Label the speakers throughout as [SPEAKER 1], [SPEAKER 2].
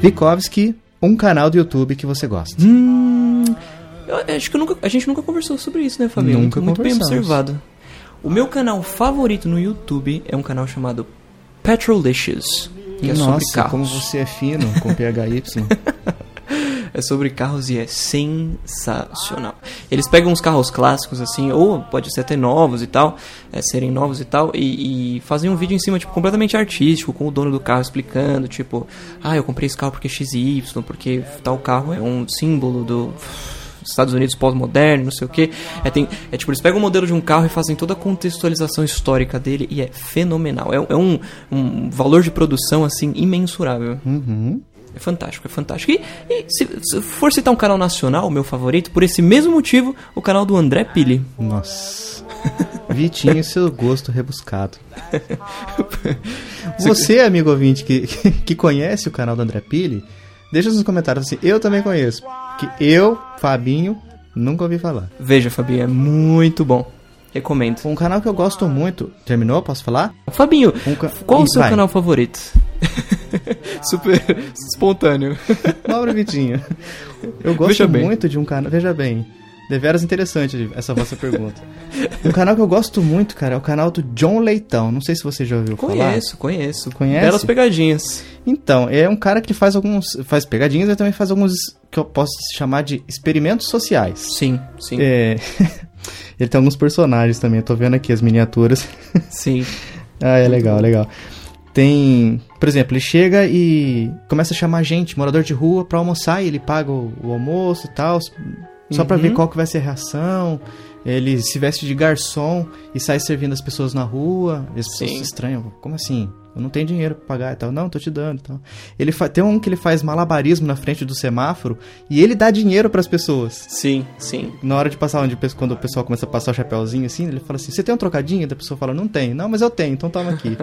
[SPEAKER 1] Vikovsky, um canal do YouTube que você gosta.
[SPEAKER 2] Hum, eu acho que eu nunca, a gente nunca conversou sobre isso, né, Fabinho?
[SPEAKER 1] Nunca
[SPEAKER 2] Muito bem
[SPEAKER 1] conversamos.
[SPEAKER 2] observado. O meu canal favorito no YouTube é um canal chamado Petrolicious, que é sobre
[SPEAKER 1] Nossa,
[SPEAKER 2] carros.
[SPEAKER 1] como você é fino com PHY.
[SPEAKER 2] É sobre carros e é sensacional. Eles pegam uns carros clássicos, assim, ou pode ser até novos e tal, é, serem novos e tal, e, e fazem um vídeo em cima, tipo, completamente artístico, com o dono do carro explicando, tipo, ah, eu comprei esse carro porque XY, porque tal carro é um símbolo do. Estados Unidos pós-moderno, não sei o que. É, tem, é tipo, eles pegam o modelo de um carro e fazem toda a contextualização histórica dele e é fenomenal. É, é um, um valor de produção, assim, imensurável.
[SPEAKER 1] Uhum.
[SPEAKER 2] É fantástico, é fantástico. E, e se, se for citar um canal nacional, meu favorito, por esse mesmo motivo, o canal do André Pili.
[SPEAKER 1] Nossa. Vitinho e seu gosto rebuscado. Você, amigo ouvinte, que, que conhece o canal do André Pili, deixa nos comentários assim, eu também conheço. Que eu, Fabinho, nunca ouvi falar.
[SPEAKER 2] Veja, Fabinho, é muito bom. Recomendo.
[SPEAKER 1] Um canal que eu gosto muito. Terminou? Posso falar?
[SPEAKER 2] Fabinho,
[SPEAKER 1] Um ca-
[SPEAKER 2] qual o seu
[SPEAKER 1] Vai.
[SPEAKER 2] canal favorito? Super espontâneo.
[SPEAKER 1] Pobre Vitinho. Eu gosto
[SPEAKER 2] Veja bem.
[SPEAKER 1] muito de um canal. Veja bem. Deveras interessante essa vossa pergunta. Um canal que eu gosto muito, cara, é o canal do John Leitão. Não sei se você já ouviu falar.
[SPEAKER 2] Conheço, conheço.
[SPEAKER 1] Conhece?
[SPEAKER 2] Belas pegadinhas.
[SPEAKER 1] Então, é um cara que faz alguns. faz pegadinhas e também faz alguns que eu posso chamar de experimentos sociais.
[SPEAKER 2] Sim, sim,
[SPEAKER 1] É. Ele tem alguns personagens também, eu tô vendo aqui as miniaturas.
[SPEAKER 2] sim.
[SPEAKER 1] Ah, é legal, legal. Tem, por exemplo, ele chega e começa a chamar gente, morador de rua, pra almoçar e ele paga o, o almoço e tal, só pra
[SPEAKER 2] Uhum.
[SPEAKER 1] ver qual que vai ser a reação. Ele se veste de garçom e sai servindo as pessoas na rua. E as pessoas
[SPEAKER 2] Sim.
[SPEAKER 1] se estranham. Como assim? Eu não tenho dinheiro pra pagar e tal. Não, tô te dando e tal. Ele fa- tem um que ele faz malabarismo na frente do semáforo e ele dá dinheiro pras pessoas.
[SPEAKER 2] Sim, sim.
[SPEAKER 1] Na hora de passar onde o pe- quando o pessoal começa a passar o chapéuzinho assim, ele fala assim: "Você tem um trocadinho?" Da pessoa fala: "Não tem". "Não, mas eu tenho, então toma aqui".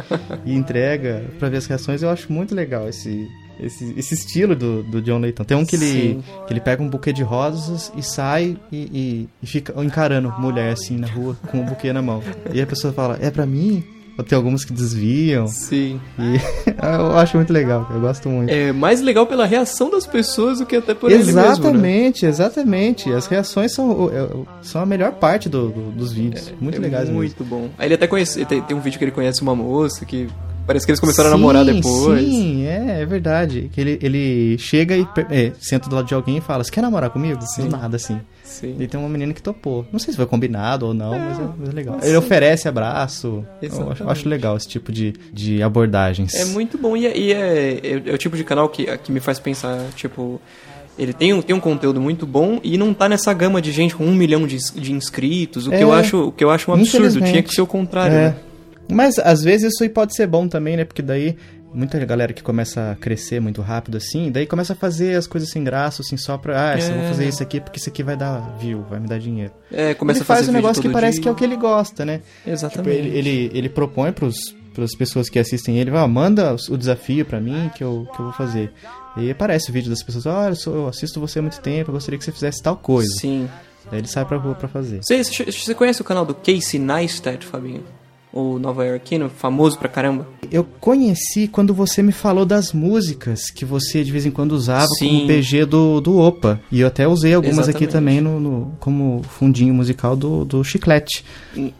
[SPEAKER 1] e entrega pra ver as reações. Eu acho muito legal esse esse, esse estilo do, do John Leighton. Tem um que ele,
[SPEAKER 2] Sim.
[SPEAKER 1] que ele pega um buquê de rosas e sai e, e, e fica encarando mulher assim na rua com o buquê na mão. E a pessoa fala: "É pra mim?" Ou tem algumas que desviam.
[SPEAKER 2] Sim.
[SPEAKER 1] E eu acho muito legal, eu gosto muito.
[SPEAKER 2] É mais legal pela reação das pessoas do que até por ele mesmo. né?
[SPEAKER 1] exatamente, exatamente. As reações são, o- é, o- são a melhor parte do- do- dos vídeos. muito
[SPEAKER 2] É
[SPEAKER 1] legais mesmo.
[SPEAKER 2] Muito bom. Aí ele até conhece. Tem, tem um vídeo que ele conhece uma moça que. Parece que eles começaram a
[SPEAKER 1] Sim,
[SPEAKER 2] namorar depois.
[SPEAKER 1] Sim, é, é verdade. Que ele, ele chega e per- é, senta do lado de alguém e fala: Você quer namorar comigo? Do nada, assim.
[SPEAKER 2] Sim.
[SPEAKER 1] E tem uma menina que topou. Não sei se foi combinado ou não, mas, é, mas é legal.
[SPEAKER 2] mas
[SPEAKER 1] Ele
[SPEAKER 2] sim.
[SPEAKER 1] oferece abraço. Eu acho,
[SPEAKER 2] Exatamente.
[SPEAKER 1] eu acho legal esse tipo de, de abordagens.
[SPEAKER 2] É muito bom e, é, e é- é- é o tipo de canal que, que me faz pensar, tipo. Ele tem um, tem um conteúdo muito bom e não tá nessa gama de gente com um milhão de, ins- de inscritos, o, que
[SPEAKER 1] É.
[SPEAKER 2] eu acho, o que eu acho um absurdo.
[SPEAKER 1] Infelizmente.
[SPEAKER 2] Tinha que ser o contrário,
[SPEAKER 1] É.
[SPEAKER 2] né?
[SPEAKER 1] Mas às vezes isso aí pode ser bom também, né? Porque daí muita galera que começa a crescer muito rápido assim, daí começa a fazer as coisas sem graça, assim, só pra. Ah, eu vou
[SPEAKER 2] É.
[SPEAKER 1] fazer isso aqui porque isso aqui vai dar view, vai me dar dinheiro.
[SPEAKER 2] É, começa
[SPEAKER 1] ele
[SPEAKER 2] a fazer
[SPEAKER 1] faz um
[SPEAKER 2] vídeo
[SPEAKER 1] negócio que
[SPEAKER 2] todo
[SPEAKER 1] parece
[SPEAKER 2] dia.
[SPEAKER 1] que é o que ele gosta, né? Tipo,
[SPEAKER 2] Exatamente.
[SPEAKER 1] ele, ele, ele propõe pros, pras pessoas que assistem ele, ah, manda os- o desafio pra mim que eu, que eu vou fazer. E aparece o vídeo das pessoas, olha, eu sou- eu assisto você há muito tempo, eu gostaria que você fizesse tal coisa.
[SPEAKER 2] Sim.
[SPEAKER 1] Daí ele sai pra rua pra fazer.
[SPEAKER 2] Você, você você conhece o canal do Casey Neistat, Fabinho? O Nova Yorkino, famoso pra caramba.
[SPEAKER 1] Eu conheci quando você me falou das músicas que você de vez em quando usava como
[SPEAKER 2] Sim.
[SPEAKER 1] PG do, do Opa. E eu até usei algumas aqui
[SPEAKER 2] Exatamente.
[SPEAKER 1] também no, no- como fundinho musical do, do Chiclete.
[SPEAKER 2] Em,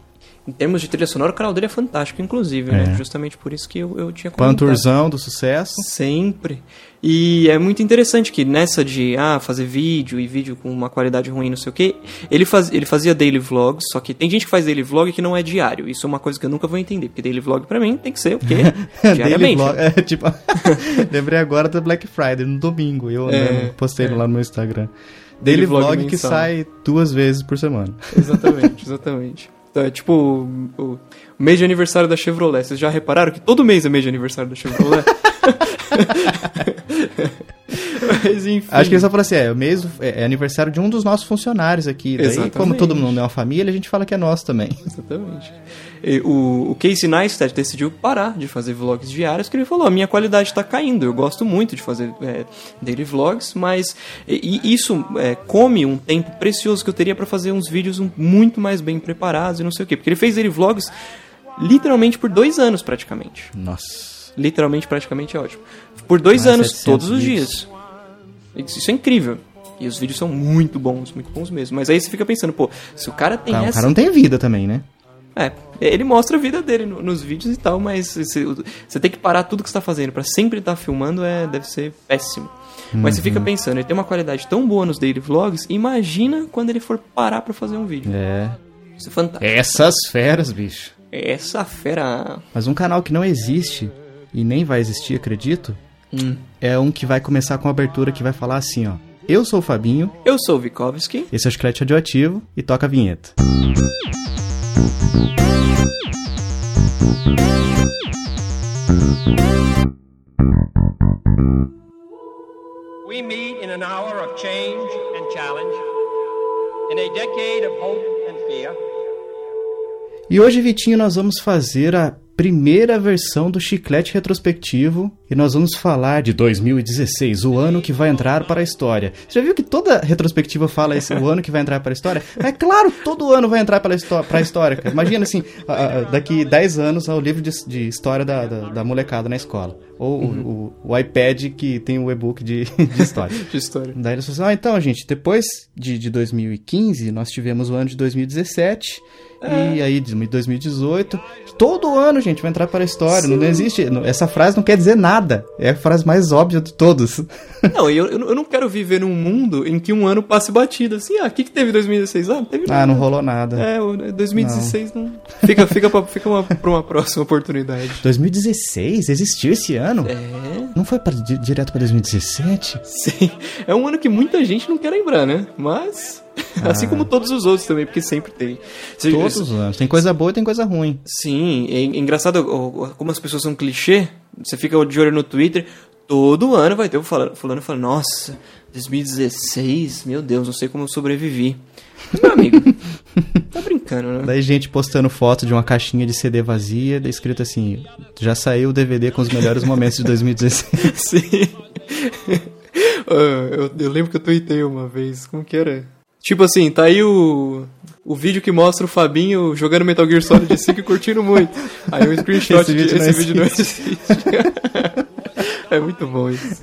[SPEAKER 2] em termos de trilha sonora, o canal dele é fantástico, inclusive,
[SPEAKER 1] É.
[SPEAKER 2] né? Justamente por isso que eu, eu tinha comentado.
[SPEAKER 1] Panturzão do sucesso.
[SPEAKER 2] Sempre. E é muito interessante que nessa de ah, fazer vídeo e vídeo com uma qualidade ruim, não sei o que, ele, faz, ele fazia daily vlogs, só que tem gente que faz daily vlog que não é diário. Isso é uma coisa que eu nunca vou entender, porque daily vlog pra mim tem que ser o quê?
[SPEAKER 1] Daily
[SPEAKER 2] Diariamente.
[SPEAKER 1] Vlog. É, tipo, lembrei agora da Black Friday, no domingo. Eu
[SPEAKER 2] É,
[SPEAKER 1] mesmo postei lá no meu Instagram. Daily
[SPEAKER 2] Daily
[SPEAKER 1] Vlog,
[SPEAKER 2] Vlog
[SPEAKER 1] que
[SPEAKER 2] mensal.
[SPEAKER 1] sai duas vezes por semana.
[SPEAKER 2] Exatamente, exatamente. Então, é tipo o, o mês de aniversário da Chevrolet. Vocês já repararam que todo mês é mês de aniversário da Chevrolet? Mas enfim.
[SPEAKER 1] Acho que ele só falou assim: é, o mês do- é, é aniversário de um dos nossos funcionários aqui. Daí, como
[SPEAKER 2] Exatamente.
[SPEAKER 1] todo mundo é uma família, a gente fala que é nosso também.
[SPEAKER 2] Exatamente. E o, o Casey Neistat decidiu parar de fazer vlogs diários, porque ele falou, a minha qualidade tá caindo, eu gosto muito de fazer é, daily vlogs, mas e- e isso é, come um tempo precioso que eu teria pra fazer uns vídeos um- muito mais bem preparados e não sei o quê. Porque ele fez daily vlogs literalmente por dois anos, praticamente.
[SPEAKER 1] Nossa.
[SPEAKER 2] literalmente, praticamente é ótimo. Por dois
[SPEAKER 1] Mais
[SPEAKER 2] anos,
[SPEAKER 1] 700
[SPEAKER 2] todos os
[SPEAKER 1] vídeos.
[SPEAKER 2] dias. Isso isso é incrível. E os vídeos são muito bons, muito bons mesmo. Mas aí você fica pensando, pô, se o cara tem
[SPEAKER 1] Tá, o
[SPEAKER 2] essa
[SPEAKER 1] cara não tem vida também, né?
[SPEAKER 2] é, ele mostra a vida dele no- nos vídeos e tal, mas você- você tem que parar tudo que você tá fazendo pra sempre estar filmando, é, deve ser péssimo. Mas você fica pensando, ele tem uma qualidade tão boa nos daily vlogs, imagina quando ele for parar pra fazer um vídeo.
[SPEAKER 1] É.
[SPEAKER 2] Isso é fantástico.
[SPEAKER 1] Essas feras, bicho.
[SPEAKER 2] Essa fera.
[SPEAKER 1] Mas um canal que não existe e nem vai existir, acredito,
[SPEAKER 2] Hum.
[SPEAKER 1] é um que vai começar com uma abertura que vai falar assim, ó. Eu sou o Fabinho,
[SPEAKER 2] Eu sou o Vikovski.
[SPEAKER 1] esse é o Chiclete Radioativo e toca a vinheta.
[SPEAKER 3] We meet in an hour of change and challenge, in a decade of hope and fear.
[SPEAKER 1] E hoje, Vitinho, nós vamos fazer a primeira versão do Chiclete Retrospectivo e nós vamos falar de 2016, o ano que vai entrar para a história. Você já viu que toda retrospectiva fala esse, o ano que vai entrar para a história? É claro, todo ano vai entrar para a histó- para a história. cara. Imagina assim, a- a- daqui 10 anos é o livro de, his- de história da, da- da molecada na escola. Ou o- o, o iPad que tem o e-book de- de história.
[SPEAKER 2] De história.
[SPEAKER 1] Daí eles falaram assim, ah, então, gente, depois de, de 2015, nós tivemos o ano de 2017,
[SPEAKER 2] É.
[SPEAKER 1] e aí de 2018, todo ano, gente, vai entrar para a história, não, não existe, não- essa frase não quer dizer nada, é a frase mais óbvia de todos.
[SPEAKER 2] Não, eu, eu não- eu não quero viver num mundo em que um ano passe batido assim. Ah, o que, que teve em 2016? Ah, não teve
[SPEAKER 1] Ah,
[SPEAKER 2] nada.
[SPEAKER 1] não rolou nada.
[SPEAKER 2] É, o- 2016 não. Fica, fica, pra, fica uma, pra uma próxima oportunidade.
[SPEAKER 1] 2016? Existiu esse ano?
[SPEAKER 2] É.
[SPEAKER 1] Não foi pra- di- direto para 2017?
[SPEAKER 2] Sim, é um ano que muita gente não quer lembrar, né? Mas, assim como todos os outros também, porque sempre tem. Se-
[SPEAKER 1] Ah. Todos os anos, tem coisa boa e tem coisa ruim.
[SPEAKER 2] Sim, é en- engraçado o- o- como as pessoas são clichê. Você fica de olho no Twitter, todo ano vai ter um fala- fulano falando, nossa, 2016, meu Deus, não sei como eu sobrevivi. Mas, meu amigo, tá brincando, né?
[SPEAKER 1] Daí gente postando foto de uma caixinha de CD vazia, daí escrito assim, já saiu o DVD com os melhores momentos de 2016.
[SPEAKER 2] Sim. Ah, eu, eu lembro que eu tuitei uma vez. Como que era? Tipo assim, tá aí o, o vídeo que mostra o Fabinho jogando Metal Gear Solid 5 e curtindo muito. Aí um screenshot
[SPEAKER 1] Esse
[SPEAKER 2] de-
[SPEAKER 1] vídeo não
[SPEAKER 2] esse vídeo não existe. é muito bom isso.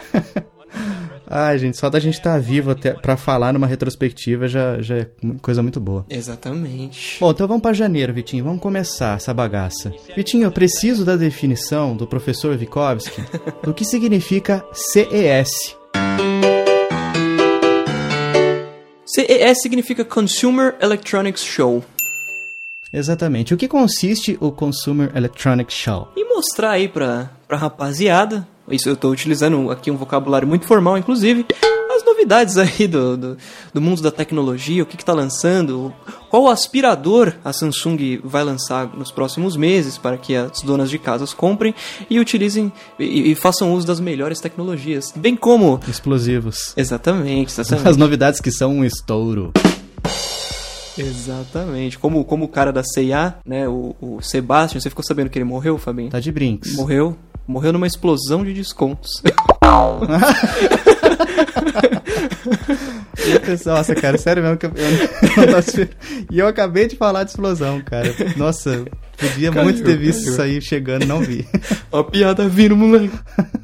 [SPEAKER 1] Ai, gente, só da gente estar vivo até pra falar numa retrospectiva já, já é mu- coisa muito boa.
[SPEAKER 2] Exatamente.
[SPEAKER 1] Bom, então vamos pra janeiro, Vitinho. Vamos começar essa bagaça. Vitinho, eu preciso da definição do professor Vikovski do que significa CES.
[SPEAKER 2] CES é, significa Consumer Electronics Show.
[SPEAKER 1] Exatamente. O que consiste o Consumer Electronics Show?
[SPEAKER 2] e mostrar aí pra, pra rapaziada. Isso eu tô utilizando aqui um vocabulário muito formal, inclusive. As novidades aí do, do, do mundo da tecnologia, o que, que tá lançando, qual aspirador a Samsung vai lançar nos próximos meses para que as donas de casas comprem e utilizem e, e façam uso das melhores tecnologias. Bem como.
[SPEAKER 1] Explosivos.
[SPEAKER 2] Exatamente, exatamente.
[SPEAKER 1] As novidades que são um estouro.
[SPEAKER 2] Exatamente. Como, como o cara da CIA, né? O, o Sebastian, você ficou sabendo que ele morreu, Fabinho?
[SPEAKER 1] Tá de brinks.
[SPEAKER 2] Morreu. Morreu numa explosão de descontos.
[SPEAKER 1] Nossa, cara, sério mesmo que eu, eu não tava esperando. E eu acabei de falar de explosão, cara. Nossa, podia
[SPEAKER 2] Caiu,
[SPEAKER 1] muito ter visto
[SPEAKER 2] caiu.
[SPEAKER 1] isso aí chegando, não vi.
[SPEAKER 2] Ó, A piada vindo, moleque.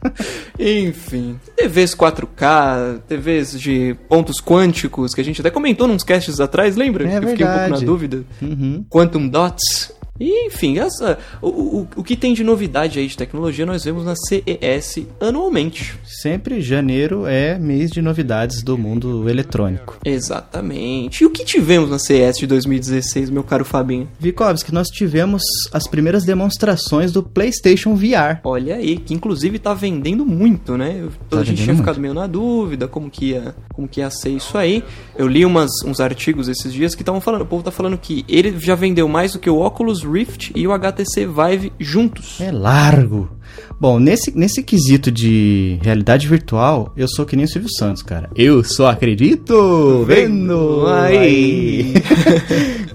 [SPEAKER 2] Enfim. TVs 4K, TVs de pontos quânticos, que a gente até comentou nos casts atrás, lembra?
[SPEAKER 1] É
[SPEAKER 2] eu fiquei um pouco na
[SPEAKER 1] verdade.
[SPEAKER 2] dúvida.
[SPEAKER 1] Uhum.
[SPEAKER 2] Quantum Dots. E, enfim, essa, o, o, o que tem de novidade aí de tecnologia nós vemos na CES anualmente.
[SPEAKER 1] Sempre janeiro é mês de novidades do mundo eletrônico.
[SPEAKER 2] Exatamente. E o que tivemos na CES de 2016, meu caro Fabinho?
[SPEAKER 1] Vikovski, nós tivemos as primeiras demonstrações do PlayStation VR.
[SPEAKER 2] Olha aí, que inclusive tá vendendo muito, né? Eu- a gente
[SPEAKER 1] Tá vendendo
[SPEAKER 2] tinha
[SPEAKER 1] muito.
[SPEAKER 2] ficado meio na dúvida como que ia, como que ia ser isso aí. Eu li umas, uns artigos esses dias que estavam falando, o povo tá falando que ele já vendeu mais do que o Oculus Rift e o HTC Vive juntos.
[SPEAKER 1] É largo. Bom, nesse, nesse quesito de realidade virtual, eu sou que nem o Silvio Santos, cara. Eu só acredito vendo aí.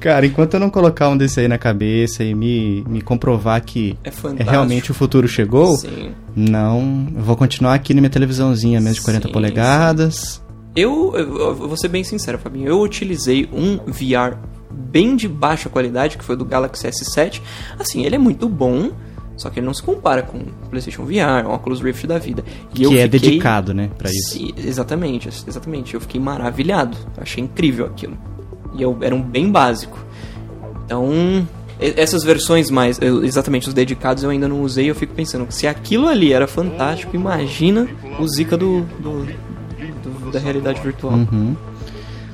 [SPEAKER 1] cara, enquanto eu não colocar um desse aí na cabeça e me, me comprovar que
[SPEAKER 2] É
[SPEAKER 1] é
[SPEAKER 2] fantástico.
[SPEAKER 1] realmente um o futuro chegou,
[SPEAKER 2] Sim.
[SPEAKER 1] não, eu vou continuar aqui na minha televisãozinha, menos de 40
[SPEAKER 2] Sim,
[SPEAKER 1] polegadas.
[SPEAKER 2] Eu, eu- eu vou ser bem sincero, Fabinho. Eu utilizei um VR bem de baixa qualidade, que foi do Galaxy S7. Assim, ele é muito bom, Só que ele não se compara com o PlayStation VR, o Oculus Rift da vida. E
[SPEAKER 1] que
[SPEAKER 2] eu
[SPEAKER 1] é
[SPEAKER 2] fiquei-
[SPEAKER 1] dedicado, né, pra isso.
[SPEAKER 2] Sim, exatamente, exatamente. Eu fiquei maravilhado. Eu achei incrível aquilo. E eu, era um bem básico. Então, e- essas versões mais. eu- exatamente, os dedicados eu ainda não usei. Eu fico pensando, se aquilo ali era fantástico, imagina o Zika do, do- do- da realidade virtual.
[SPEAKER 1] Uhum.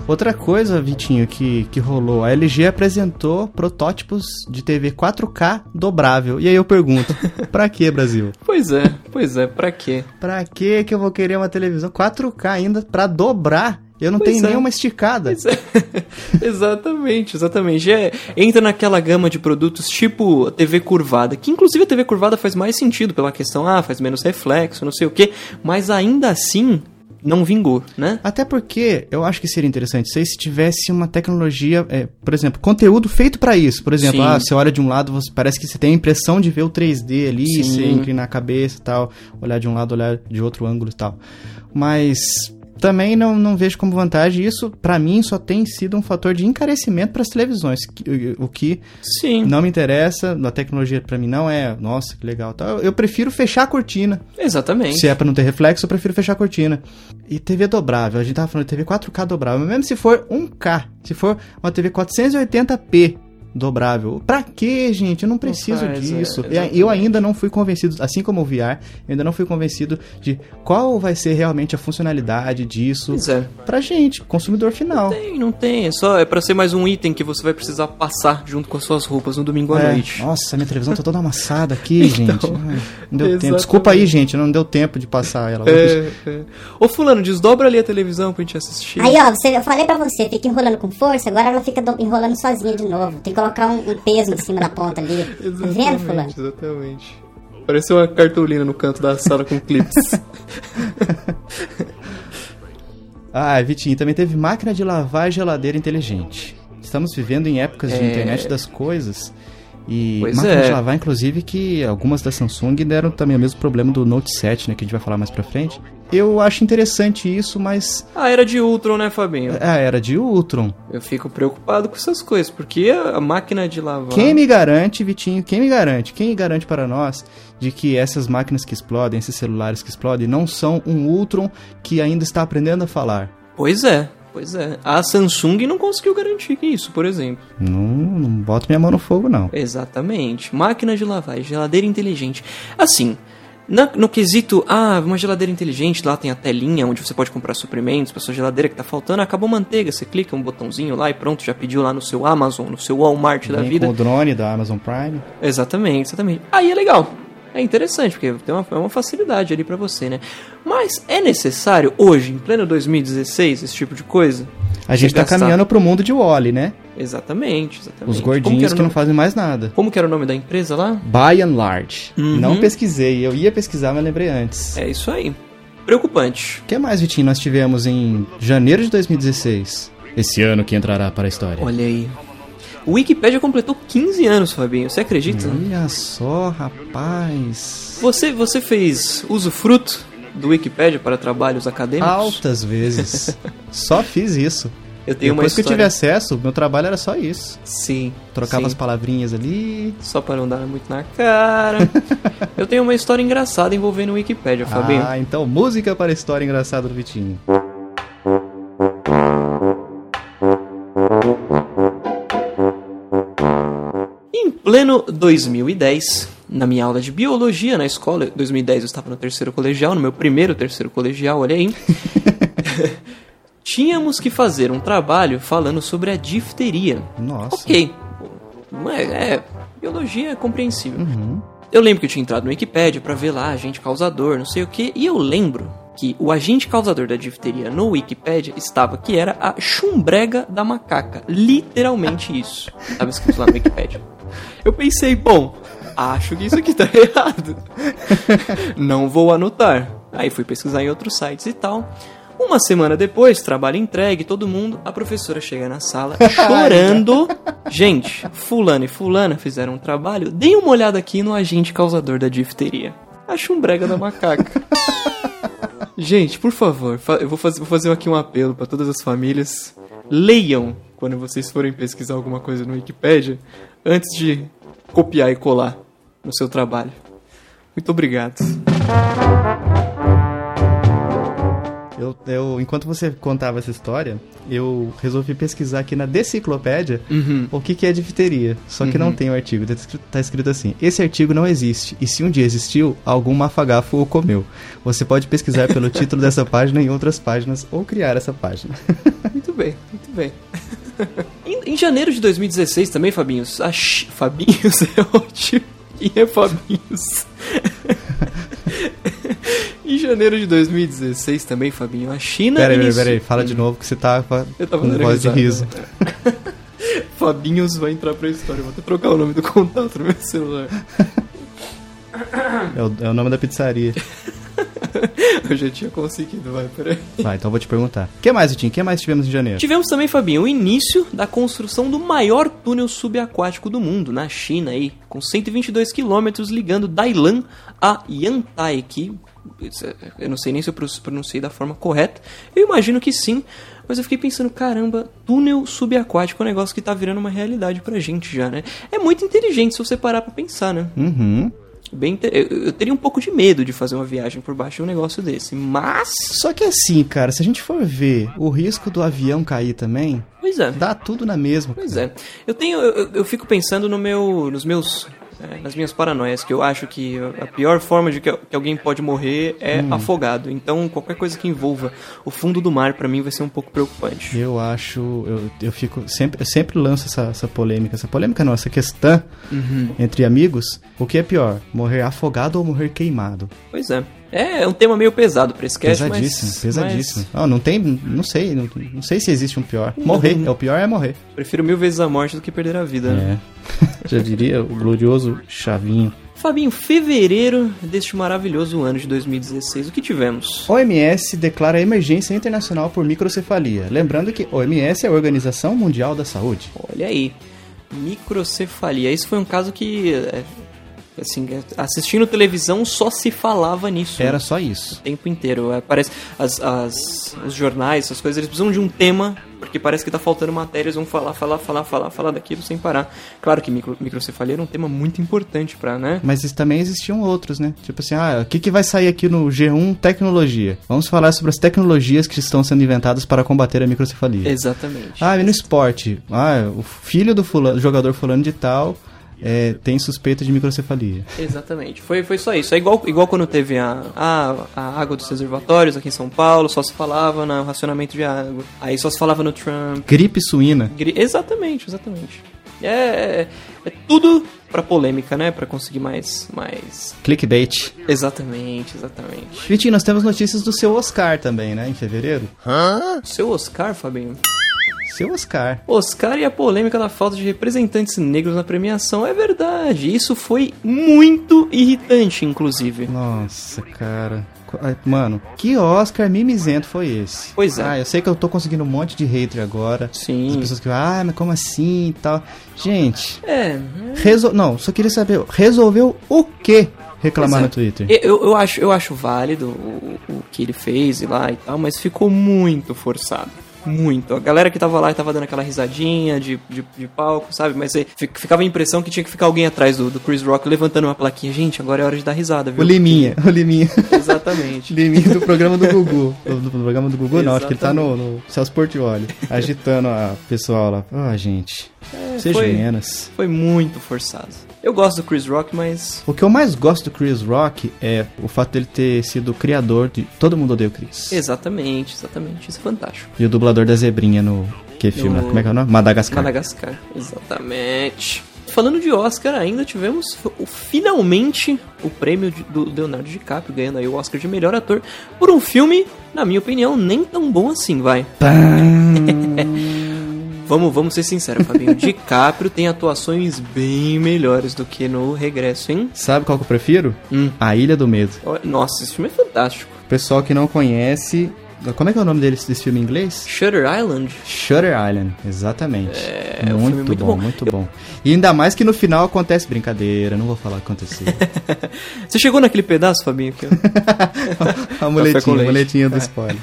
[SPEAKER 1] Outra coisa, Vitinho, que, que rolou, a LG apresentou protótipos de TV 4K dobrável. E aí eu pergunto, pra que, Brasil?
[SPEAKER 2] Pois é, pois é, pra quê?
[SPEAKER 1] Pra que que eu vou querer uma televisão 4K ainda pra dobrar? Eu não
[SPEAKER 2] Pois
[SPEAKER 1] tenho
[SPEAKER 2] é.
[SPEAKER 1] nenhuma esticada.
[SPEAKER 2] Pois é. exatamente, exatamente. É, entra naquela gama de produtos tipo a TV curvada, que inclusive a TV curvada faz mais sentido pela questão, ah, faz menos reflexo, não sei o quê, mas ainda assim não vingou, né?
[SPEAKER 1] Até porque eu acho que seria interessante sei, se tivesse uma tecnologia, é, por exemplo, conteúdo feito pra isso. Por exemplo,
[SPEAKER 2] Sim.
[SPEAKER 1] ah, você olha de um lado, você- parece que você tem a impressão de ver o 3D ali,
[SPEAKER 2] Sim.
[SPEAKER 1] você inclinar a cabeça e tal, olhar de um lado, olhar de outro ângulo e tal. Mas também não, não vejo como vantagem. Isso, pra mim, só tem sido um fator de encarecimento pras televisões, que- o que
[SPEAKER 2] Sim,
[SPEAKER 1] não me interessa. A tecnologia pra mim não é, nossa, que legal. e tal. Eu- eu prefiro fechar a cortina.
[SPEAKER 2] exatamente.
[SPEAKER 1] Se é pra não ter reflexo, eu prefiro fechar a cortina. E TV dobrável, a gente tava falando de TV 4K dobrável, mas mesmo se for 1K, se for uma TV 480p dobrável, pra quê, gente? Eu não preciso
[SPEAKER 2] faz, é,
[SPEAKER 1] disso. E
[SPEAKER 2] exatamente.
[SPEAKER 1] eu ainda não fui convencido, assim como o VR, eu ainda não fui convencido de qual vai ser realmente a funcionalidade disso
[SPEAKER 2] Pois é.
[SPEAKER 1] pra gente, consumidor final.
[SPEAKER 2] Tem, não tem. É só é para ser mais um item que você vai precisar passar junto com as suas roupas no domingo à
[SPEAKER 1] É,
[SPEAKER 2] noite.
[SPEAKER 1] Nossa, minha televisão tá toda amassada aqui, gente. Ai, Não deu tempo.
[SPEAKER 2] Então, exatamente.
[SPEAKER 1] Desculpa aí, gente, não deu tempo de passar ela hoje.
[SPEAKER 2] É, é. Ô fulano, desdobra ali a televisão pra gente assistir.
[SPEAKER 4] Aí, ó, você- eu falei pra você, fica enrolando com força, agora ela fica do- enrolando sozinha de novo. Tem que colocar um, um peso em cima da ponta ali. Tá vendo, fulano?
[SPEAKER 2] Exatamente, exatamente. Pareceu uma cartolina no canto da sala com clips.
[SPEAKER 1] Ah, Vitinho, também teve máquina de lavar e geladeira inteligente. Estamos vivendo em épocas de
[SPEAKER 2] É.
[SPEAKER 1] internet das coisas. E
[SPEAKER 2] Pois
[SPEAKER 1] máquina
[SPEAKER 2] é.
[SPEAKER 1] de lavar, inclusive, que algumas da Samsung deram também o mesmo problema do Note 7, né? Que a gente vai falar mais pra frente. Eu acho interessante isso, mas
[SPEAKER 2] ah, era de Ultron, né, Fabinho?
[SPEAKER 1] a era de Ultron.
[SPEAKER 2] Eu fico preocupado com essas coisas, porque a máquina de lavar.
[SPEAKER 1] Quem me garante, Vitinho, quem me garante? Quem garante para nós de que essas máquinas que explodem, esses celulares que explodem, não são um Ultron que ainda está aprendendo a falar?
[SPEAKER 2] Pois é, pois é. A Samsung não conseguiu garantir isso, por exemplo.
[SPEAKER 1] Não, não boto minha mão no fogo, não.
[SPEAKER 2] Exatamente. Máquina de lavar, geladeira inteligente. Assim, na- no quesito, ah, uma geladeira inteligente, lá tem a telinha onde você pode comprar suprimentos pra sua geladeira que tá faltando, acabou manteiga, você clica um botãozinho lá e pronto, já pediu lá no seu Amazon, no seu Walmart da
[SPEAKER 1] Vem
[SPEAKER 2] vida.
[SPEAKER 1] com o drone da Amazon Prime.
[SPEAKER 2] Exatamente, exatamente. Aí é legal. É interessante, porque tem uma, é uma facilidade ali pra você, né? Mas é necessário hoje, em pleno 2016, esse tipo de coisa?
[SPEAKER 1] A gente
[SPEAKER 2] Você
[SPEAKER 1] tá
[SPEAKER 2] gastar-
[SPEAKER 1] caminhando pro mundo de Wally, né?
[SPEAKER 2] Exatamente, exatamente.
[SPEAKER 1] Os
[SPEAKER 2] Como que
[SPEAKER 1] gordinhos
[SPEAKER 2] era o
[SPEAKER 1] que não
[SPEAKER 2] nome-
[SPEAKER 1] fazem mais nada.
[SPEAKER 2] Como que era o nome da empresa lá?
[SPEAKER 1] By and large.
[SPEAKER 2] Uhum.
[SPEAKER 1] Não pesquisei, eu ia pesquisar, mas lembrei antes.
[SPEAKER 2] É isso aí. Preocupante.
[SPEAKER 1] O que mais, Vitinho, nós tivemos em janeiro de 2016? Esse ano que entrará para a história.
[SPEAKER 2] Olha aí. O Wikipedia completou 15 anos, Fabinho. Você acredita?
[SPEAKER 1] Olha só, rapaz.
[SPEAKER 2] Você, você fez usufruto do Wikipedia para trabalhos acadêmicos?
[SPEAKER 1] Altas vezes. só fiz isso.
[SPEAKER 2] Eu tenho uma
[SPEAKER 1] Depois que eu
[SPEAKER 2] história...
[SPEAKER 1] tive acesso, meu trabalho era só isso.
[SPEAKER 2] Sim.
[SPEAKER 1] Trocava
[SPEAKER 2] sim.
[SPEAKER 1] as palavrinhas ali.
[SPEAKER 2] Só para não dar muito na cara. Eu tenho uma história engraçada envolvendo o Wikipédia, Fabinho.
[SPEAKER 1] Ah, então música para a história engraçada do Vitinho.
[SPEAKER 2] Em pleno 2010, na minha aula de biologia na escola, 2010 eu estava no terceiro colegial, no meu primeiro terceiro colegial, olha aí. Tínhamos que fazer um trabalho falando sobre a difteria.
[SPEAKER 1] Nossa.
[SPEAKER 2] Ok. Não É, é, biologia é compreensível. Eu lembro que eu tinha entrado no Wikipedia pra ver lá agente causador, não sei o que, e eu lembro que o agente causador da difteria no Wikipedia estava que era a chumbrega da macaca. Literalmente isso. Estava escrito lá no Wikipedia. Eu pensei, bom, acho que isso aqui tá errado. Não vou anotar. Aí fui pesquisar em outros sites e tal. Uma semana depois, trabalho entregue, todo mundo, a professora chega na sala chorando. Gente, fulano e fulana fizeram um trabalho. Deem uma olhada aqui no agente causador da difteria. A chumbrega da macaca. Gente, por favor, fa- eu vou fazer, vou fazer aqui um apelo pra todas as famílias. Leiam quando vocês forem pesquisar alguma coisa no Wikipedia antes de copiar e colar. no seu trabalho. Muito obrigado.
[SPEAKER 1] Eu, eu, enquanto você contava essa história, eu resolvi pesquisar aqui na deciclopédia
[SPEAKER 2] Uhum.
[SPEAKER 1] o que, que é difteria. Só que não tem o artigo. Tá escrito- Tá escrito assim: esse artigo não existe, e se um dia existiu, algum mafagafo o comeu. Você pode pesquisar pelo título dessa página em outras páginas ou criar essa página.
[SPEAKER 2] Muito bem, muito bem. Em, em janeiro de 2016 também, Fabinhos. A Ch- Fabinhos é ótimo. E é Fabinhos. em janeiro de 2016 também, Fabinho. A China.
[SPEAKER 1] Peraí, peraí,
[SPEAKER 2] iniciou-
[SPEAKER 1] peraí, fala de novo que você tá com a-
[SPEAKER 2] Eu tava
[SPEAKER 1] com
[SPEAKER 2] dando
[SPEAKER 1] voz de riso.
[SPEAKER 2] risada. Fabinhos vai entrar pra história. Eu Vou até trocar o nome do contato no meu celular.
[SPEAKER 1] É o, é o nome da pizzaria.
[SPEAKER 2] Eu já tinha conseguido, vai, peraí.
[SPEAKER 1] Vai, então eu vou te perguntar. O que mais, Vitinho? O que mais tivemos em janeiro?
[SPEAKER 2] Tivemos também, Fabinho, o início da construção do maior túnel subaquático do mundo, na China, aí, com 122 quilômetros ligando Dailan a Yantai, que isso é- eu não sei nem se eu pro- pronunciei da forma correta, eu imagino que sim, mas eu fiquei pensando, caramba, túnel subaquático é um negócio que tá virando uma realidade pra gente já, né? É muito inteligente se você parar pra pensar, né?
[SPEAKER 1] Uhum.
[SPEAKER 2] Bem, inte- eu eu teria um pouco de medo de fazer uma viagem por baixo de um negócio desse, mas...
[SPEAKER 1] Só que assim, cara, se a gente for ver o risco do avião cair também,
[SPEAKER 2] Pois é.
[SPEAKER 1] dá tudo na mesma.
[SPEAKER 2] Pois é. Eu tenho. Eu, eu- eu fico pensando no meu, nos meus. é, nas minhas paranoias, que eu acho que a pior forma de que, que alguém pode morrer é
[SPEAKER 1] Hum.
[SPEAKER 2] afogado. Então, qualquer coisa que envolva o fundo do mar, pra mim, vai ser um pouco preocupante.
[SPEAKER 1] Eu acho, eu, eu fico sempre, eu sempre lanço essa, essa polêmica, essa polêmica não, essa questão
[SPEAKER 2] Uhum.
[SPEAKER 1] entre amigos. O que é pior, morrer afogado ou morrer queimado?
[SPEAKER 2] Pois é. É um tema meio pesado pra esse cast,
[SPEAKER 1] pesadíssimo,
[SPEAKER 2] mas,
[SPEAKER 1] pesadíssimo. Ah, não tem, não sei, não, não sei se existe um pior. Morrer, é o pior é morrer.
[SPEAKER 2] mas prefiro mil vezes a morte do que perder a vida. né?
[SPEAKER 1] É. Já diria o glorioso Chavinho.
[SPEAKER 2] Fabinho, fevereiro deste maravilhoso ano de 2016, o que tivemos?
[SPEAKER 1] OMS declara emergência internacional por microcefalia. Lembrando que OMS é a Organização Mundial da Saúde.
[SPEAKER 2] Olha aí. Microcefalia. Isso foi um caso que. é, Assim, assistindo televisão só se falava nisso.
[SPEAKER 1] Era
[SPEAKER 2] né?
[SPEAKER 1] só isso.
[SPEAKER 2] o tempo inteiro. É, parece. As, as- os jornais, essas coisas, eles precisam de um tema, porque parece que tá faltando matéria, eles vão falar, falar, falar, falar, falar daquilo sem parar. Claro que micro- microcefalia era um tema muito importante pra, né?
[SPEAKER 1] Mas isso- também existiam outros, né? Tipo assim, ah, o que, que vai sair aqui no G1 Tecnologia? Vamos falar sobre as tecnologias que estão sendo inventadas para combater a microcefalia.
[SPEAKER 2] Exatamente.
[SPEAKER 1] Ah, e no esporte. Ah, o filho do fulano- jogador fulano de tal é, tem suspeita de microcefalia.
[SPEAKER 2] Exatamente. Foi, foi só isso. É igual, igual quando teve a, a, a água dos reservatórios aqui em São Paulo, só se falava no racionamento de água. Aí só se falava no Trump.
[SPEAKER 1] Gripe suína.
[SPEAKER 2] Gri- Exatamente, exatamente. É, é, é tudo pra polêmica, né? Pra conseguir mais, mais.
[SPEAKER 1] Clickbait.
[SPEAKER 2] Exatamente, exatamente.
[SPEAKER 1] Vitinho, nós temos notícias do seu Oscar também, né? Em fevereiro. Ah.
[SPEAKER 2] Seu Oscar, Fabinho.
[SPEAKER 1] Seu Oscar.
[SPEAKER 2] Oscar e a polêmica da falta de representantes negros na premiação é verdade. Isso foi muito irritante, inclusive.
[SPEAKER 1] Nossa, cara. Co- ai, Mano, que Oscar mimizento foi esse?
[SPEAKER 2] Pois é.
[SPEAKER 1] Ah, eu sei que eu tô conseguindo um monte de hater agora. As
[SPEAKER 2] Sim.
[SPEAKER 1] pessoas que falam, ah, mas como assim e tal. Gente,
[SPEAKER 2] É,
[SPEAKER 1] resol... não, só queria saber, resolveu o que reclamar
[SPEAKER 2] Pois é.
[SPEAKER 1] no Twitter?
[SPEAKER 2] eu, eu, acho, eu acho válido o, o que ele fez e lá e tal, mas ficou muito forçado. Muito. A galera que tava lá tava dando aquela risadinha de, de, de palco, sabe? Mas eh, fi- ficava a impressão que tinha que ficar alguém atrás do, do Chris Rock levantando uma plaquinha. Gente, agora é hora de dar risada, viu?
[SPEAKER 1] O Liminha, o Liminha.
[SPEAKER 2] Exatamente.
[SPEAKER 1] Liminha do programa do Gugu. Do, do programa do Gugu, não, acho que ele tá no, no Celso Portioli. Agitando a pessoal lá. Ah, gente. Sejam
[SPEAKER 2] foi-
[SPEAKER 1] menos.
[SPEAKER 2] Foi muito forçado. Eu gosto do Chris Rock, mas.
[SPEAKER 1] O que eu mais gosto do Chris Rock é o fato dele ter sido o criador de Todo Mundo Odeia o Chris.
[SPEAKER 2] Exatamente, exatamente. Isso é fantástico.
[SPEAKER 1] E o dublador da Zebrinha no. Que filme?
[SPEAKER 2] No-
[SPEAKER 1] lá? Como é que é o nome? Madagascar.
[SPEAKER 2] Madagascar, exatamente. Falando de Oscar, ainda tivemos o- finalmente o prêmio de- do Leonardo DiCaprio ganhando aí o Oscar de melhor ator por um filme, na minha opinião, nem tão bom assim, vai. Vamos, vamos ser sinceros, Fabinho. DiCaprio tem atuações bem melhores do que no Regresso, hein?
[SPEAKER 1] Sabe qual que eu prefiro?
[SPEAKER 2] Hum.
[SPEAKER 1] A Ilha do Medo.
[SPEAKER 2] Ó, Nossa, esse filme é fantástico.
[SPEAKER 1] Pessoal que não conhece. Como é que é o nome dele, desse filme em inglês?
[SPEAKER 2] Shutter Island.
[SPEAKER 1] Shutter Island, exatamente. É,
[SPEAKER 2] um
[SPEAKER 1] muito,
[SPEAKER 2] filme muito
[SPEAKER 1] bom,
[SPEAKER 2] bom.
[SPEAKER 1] muito bom. E ainda mais que no final acontece brincadeira, não vou falar o que aconteceu.
[SPEAKER 2] Você chegou naquele pedaço, Fabinho? Que eu-
[SPEAKER 1] a muletinha,
[SPEAKER 2] leite. É.
[SPEAKER 1] a muletinha do spoiler.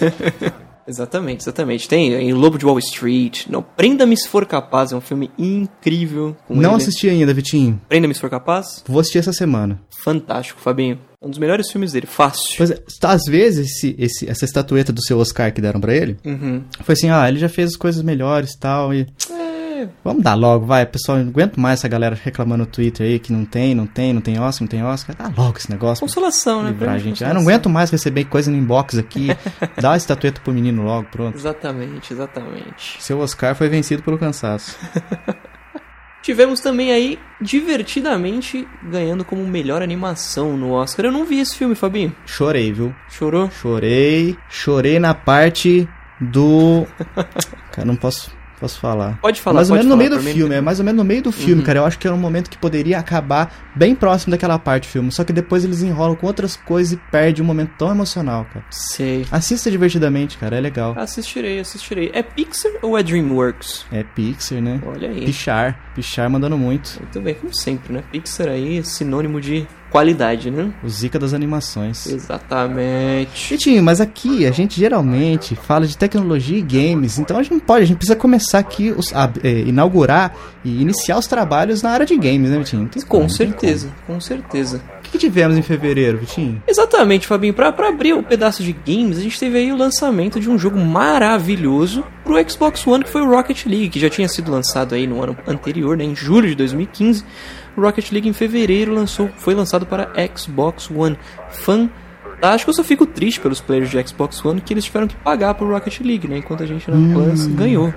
[SPEAKER 2] Exatamente, exatamente. Tem em Lobo de Wall Street. Não, Prenda-me se for capaz. É um filme incrível. com
[SPEAKER 1] Não
[SPEAKER 2] Um ele.
[SPEAKER 1] assisti ainda, Vitinho.
[SPEAKER 2] Prenda-me se for capaz.
[SPEAKER 1] Vou assistir essa semana.
[SPEAKER 2] Fantástico, Fabinho. É Um dos melhores filmes dele. Fácil.
[SPEAKER 1] Pois é, às vezes, esse, esse- essa estatueta do seu Oscar que deram pra ele,
[SPEAKER 2] Uhum.
[SPEAKER 1] foi assim, ah, ele já fez as coisas melhores e tal, e...
[SPEAKER 2] É.
[SPEAKER 1] Vamos dar logo, vai, pessoal, eu não aguento mais essa galera reclamando no Twitter aí que não tem, não tem, não tem Oscar, não tem Oscar. Dá logo esse negócio.
[SPEAKER 2] Consolação, né?
[SPEAKER 1] livrar a
[SPEAKER 2] Prêmio de
[SPEAKER 1] gente. Ah, não
[SPEAKER 2] consolação.
[SPEAKER 1] aguento mais receber coisa no inbox aqui. Dá a estatueta pro menino logo, pronto.
[SPEAKER 2] Exatamente, exatamente.
[SPEAKER 1] Seu Oscar foi vencido pelo cansaço.
[SPEAKER 2] Tivemos também aí, divertidamente, ganhando como melhor animação no Oscar. Eu não vi esse filme, Fabinho.
[SPEAKER 1] Chorei, viu?
[SPEAKER 2] Chorou?
[SPEAKER 1] Chorei. Chorei na parte do. Cara, não posso, posso falar.
[SPEAKER 2] Pode falar,
[SPEAKER 1] mais ou
[SPEAKER 2] pode
[SPEAKER 1] menos no meio
[SPEAKER 2] falar,
[SPEAKER 1] do
[SPEAKER 2] pra mim. Uhum.
[SPEAKER 1] filme, é mais ou menos no meio do filme, cara. Eu acho que era um momento que poderia acabar bem próximo daquela parte do filme. Só que depois eles enrolam com outras coisas e perde um momento tão emocional, cara.
[SPEAKER 2] Sei.
[SPEAKER 1] Assista divertidamente, cara, é legal.
[SPEAKER 2] Assistirei, assistirei. É Pixar ou é DreamWorks?
[SPEAKER 1] É Pixar, né?
[SPEAKER 2] Olha aí.
[SPEAKER 1] Pichar. Pichar mandando muito.
[SPEAKER 2] Muito bem, como sempre, né? Pixar aí é sinônimo de qualidade, né?
[SPEAKER 1] O Zika das animações.
[SPEAKER 2] Exatamente.
[SPEAKER 1] Vitinho, mas aqui a gente geralmente fala de tecnologia e games, então a gente não pode, a gente precisa começar aqui, os, a- é, inaugurar e iniciar os trabalhos na área de games, né, Vitinho? Não tem como,
[SPEAKER 2] Com
[SPEAKER 1] não tem
[SPEAKER 2] certeza, com certeza.
[SPEAKER 1] como. O que, que tivemos em fevereiro, Vitinho?
[SPEAKER 2] Exatamente, Fabinho. Pra, pra abrir o pedaço de games, a gente teve aí o lançamento de um jogo maravilhoso pro Xbox One, que foi o Rocket League, que já tinha sido lançado aí no ano anterior, né, em julho de 2015. O Rocket League em fevereiro lançou, foi lançado para Xbox One. Fantástico, eu só fico triste pelos players de Xbox One que eles tiveram que pagar pro Rocket League, né? Enquanto a gente na Plus ganhou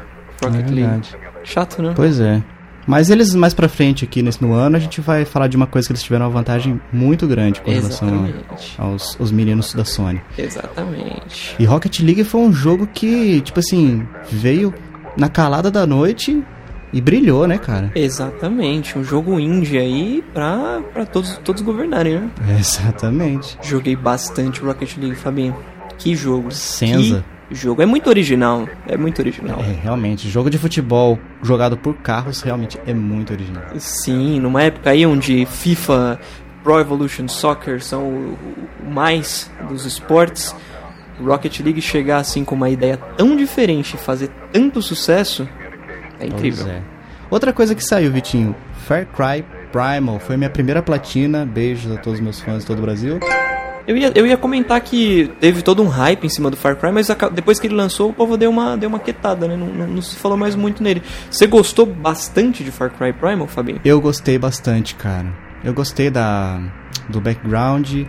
[SPEAKER 2] o Rocket League.
[SPEAKER 1] Hum. É verdade.
[SPEAKER 2] Chato, né?
[SPEAKER 1] Pois é. Mas eles mais pra frente aqui nesse no ano, a gente vai falar de uma coisa que eles tiveram uma vantagem muito grande com relação
[SPEAKER 2] Exatamente.
[SPEAKER 1] aos os meninos da Sony.
[SPEAKER 2] Exatamente.
[SPEAKER 1] E Rocket League foi um jogo que, tipo assim, veio na calada da noite e brilhou, né, cara?
[SPEAKER 2] Exatamente, um jogo indie aí pra, pra todos, todos governarem, né?
[SPEAKER 1] Exatamente.
[SPEAKER 2] Joguei bastante Rocket League, Fabinho. Que jogo.
[SPEAKER 1] Senza.
[SPEAKER 2] Que jogo. É muito original. É muito original.
[SPEAKER 1] É, realmente, jogo de futebol jogado por carros realmente é muito original.
[SPEAKER 2] Sim, numa época aí onde FIFA, Pro Evolution Soccer são o, o- o mais dos esportes, Rocket League chegar assim com uma ideia tão diferente e fazer tanto sucesso é incrível.
[SPEAKER 1] Pois é. Outra coisa que saiu, Vitinho, Far Cry Primal foi minha primeira platina. Beijos a todos meus fãs de todo o Brasil.
[SPEAKER 2] Eu ia, eu ia comentar que teve todo um hype em cima do Far Cry, mas aca- depois que ele lançou, o povo deu uma, deu uma quietada, né? Não, não- não se falou mais muito nele. Você gostou bastante de Far Cry Primal, Fabinho?
[SPEAKER 1] Eu gostei bastante, cara. Eu gostei da do background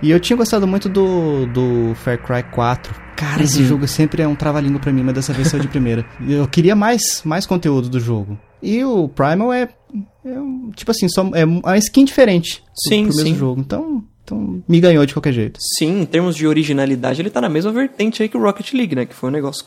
[SPEAKER 1] e eu tinha gostado muito do do Far Cry 4. Cara, esse
[SPEAKER 2] Uhum.
[SPEAKER 1] jogo sempre é um trava-língua pra mim, mas dessa vez saiu de primeira. Eu queria mais mais conteúdo do jogo. E o Primal é, é um- tipo assim, só é uma skin diferente do-
[SPEAKER 2] Sim,
[SPEAKER 1] pro mesmo
[SPEAKER 2] sim.
[SPEAKER 1] jogo. Então, então me ganhou de qualquer jeito.
[SPEAKER 2] Sim, em termos de originalidade, ele tá na mesma vertente aí que o Rocket League, né? Que foi um negócio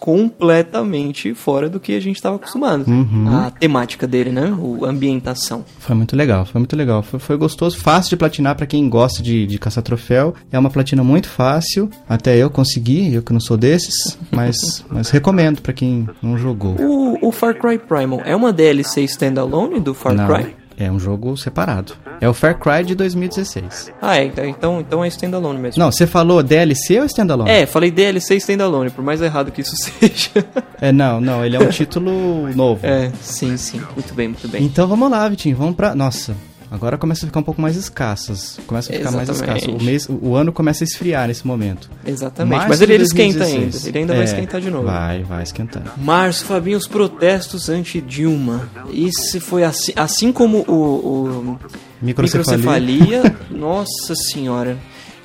[SPEAKER 2] completamente fora do que a gente tava acostumado.
[SPEAKER 1] Uhum.
[SPEAKER 2] A temática dele, né? O a ambientação.
[SPEAKER 1] Foi muito legal, foi muito legal. Foi, foi gostoso, fácil de platinar pra quem gosta de, de caçar troféu. É uma platina muito fácil. Até eu consegui, eu que não sou desses, mas, mas recomendo pra quem não jogou.
[SPEAKER 2] O, o Far Cry Primal é uma DLC standalone do Far
[SPEAKER 1] Não,
[SPEAKER 2] Cry?
[SPEAKER 1] é um jogo separado. É o Far Cry de 2016.
[SPEAKER 2] Ah, é, então, então é standalone mesmo.
[SPEAKER 1] Não, você falou DLC ou standalone?
[SPEAKER 2] É, falei DLC standalone, por mais errado que isso seja.
[SPEAKER 1] É, não, não, ele é um título novo.
[SPEAKER 2] É, sim, sim. Muito bem, muito bem.
[SPEAKER 1] Então vamos lá, Vitinho, vamos pra. Nossa, agora começa a ficar um pouco mais escassas. Começa a ficar mais
[SPEAKER 2] Exatamente.
[SPEAKER 1] escasso. O, mês, o ano começa a esfriar nesse momento.
[SPEAKER 2] Exatamente.
[SPEAKER 1] Março
[SPEAKER 2] Mas ele,
[SPEAKER 1] de
[SPEAKER 2] ele esquenta
[SPEAKER 1] 2016.
[SPEAKER 2] ainda. Ele ainda vai
[SPEAKER 1] É,
[SPEAKER 2] esquentar de novo.
[SPEAKER 1] Vai, vai esquentar.
[SPEAKER 2] Março, Fabinho, os protestos anti-Dilma. Isso foi assim, assim como o, o
[SPEAKER 1] Microcefalia.
[SPEAKER 2] microcefalia, Nossa senhora.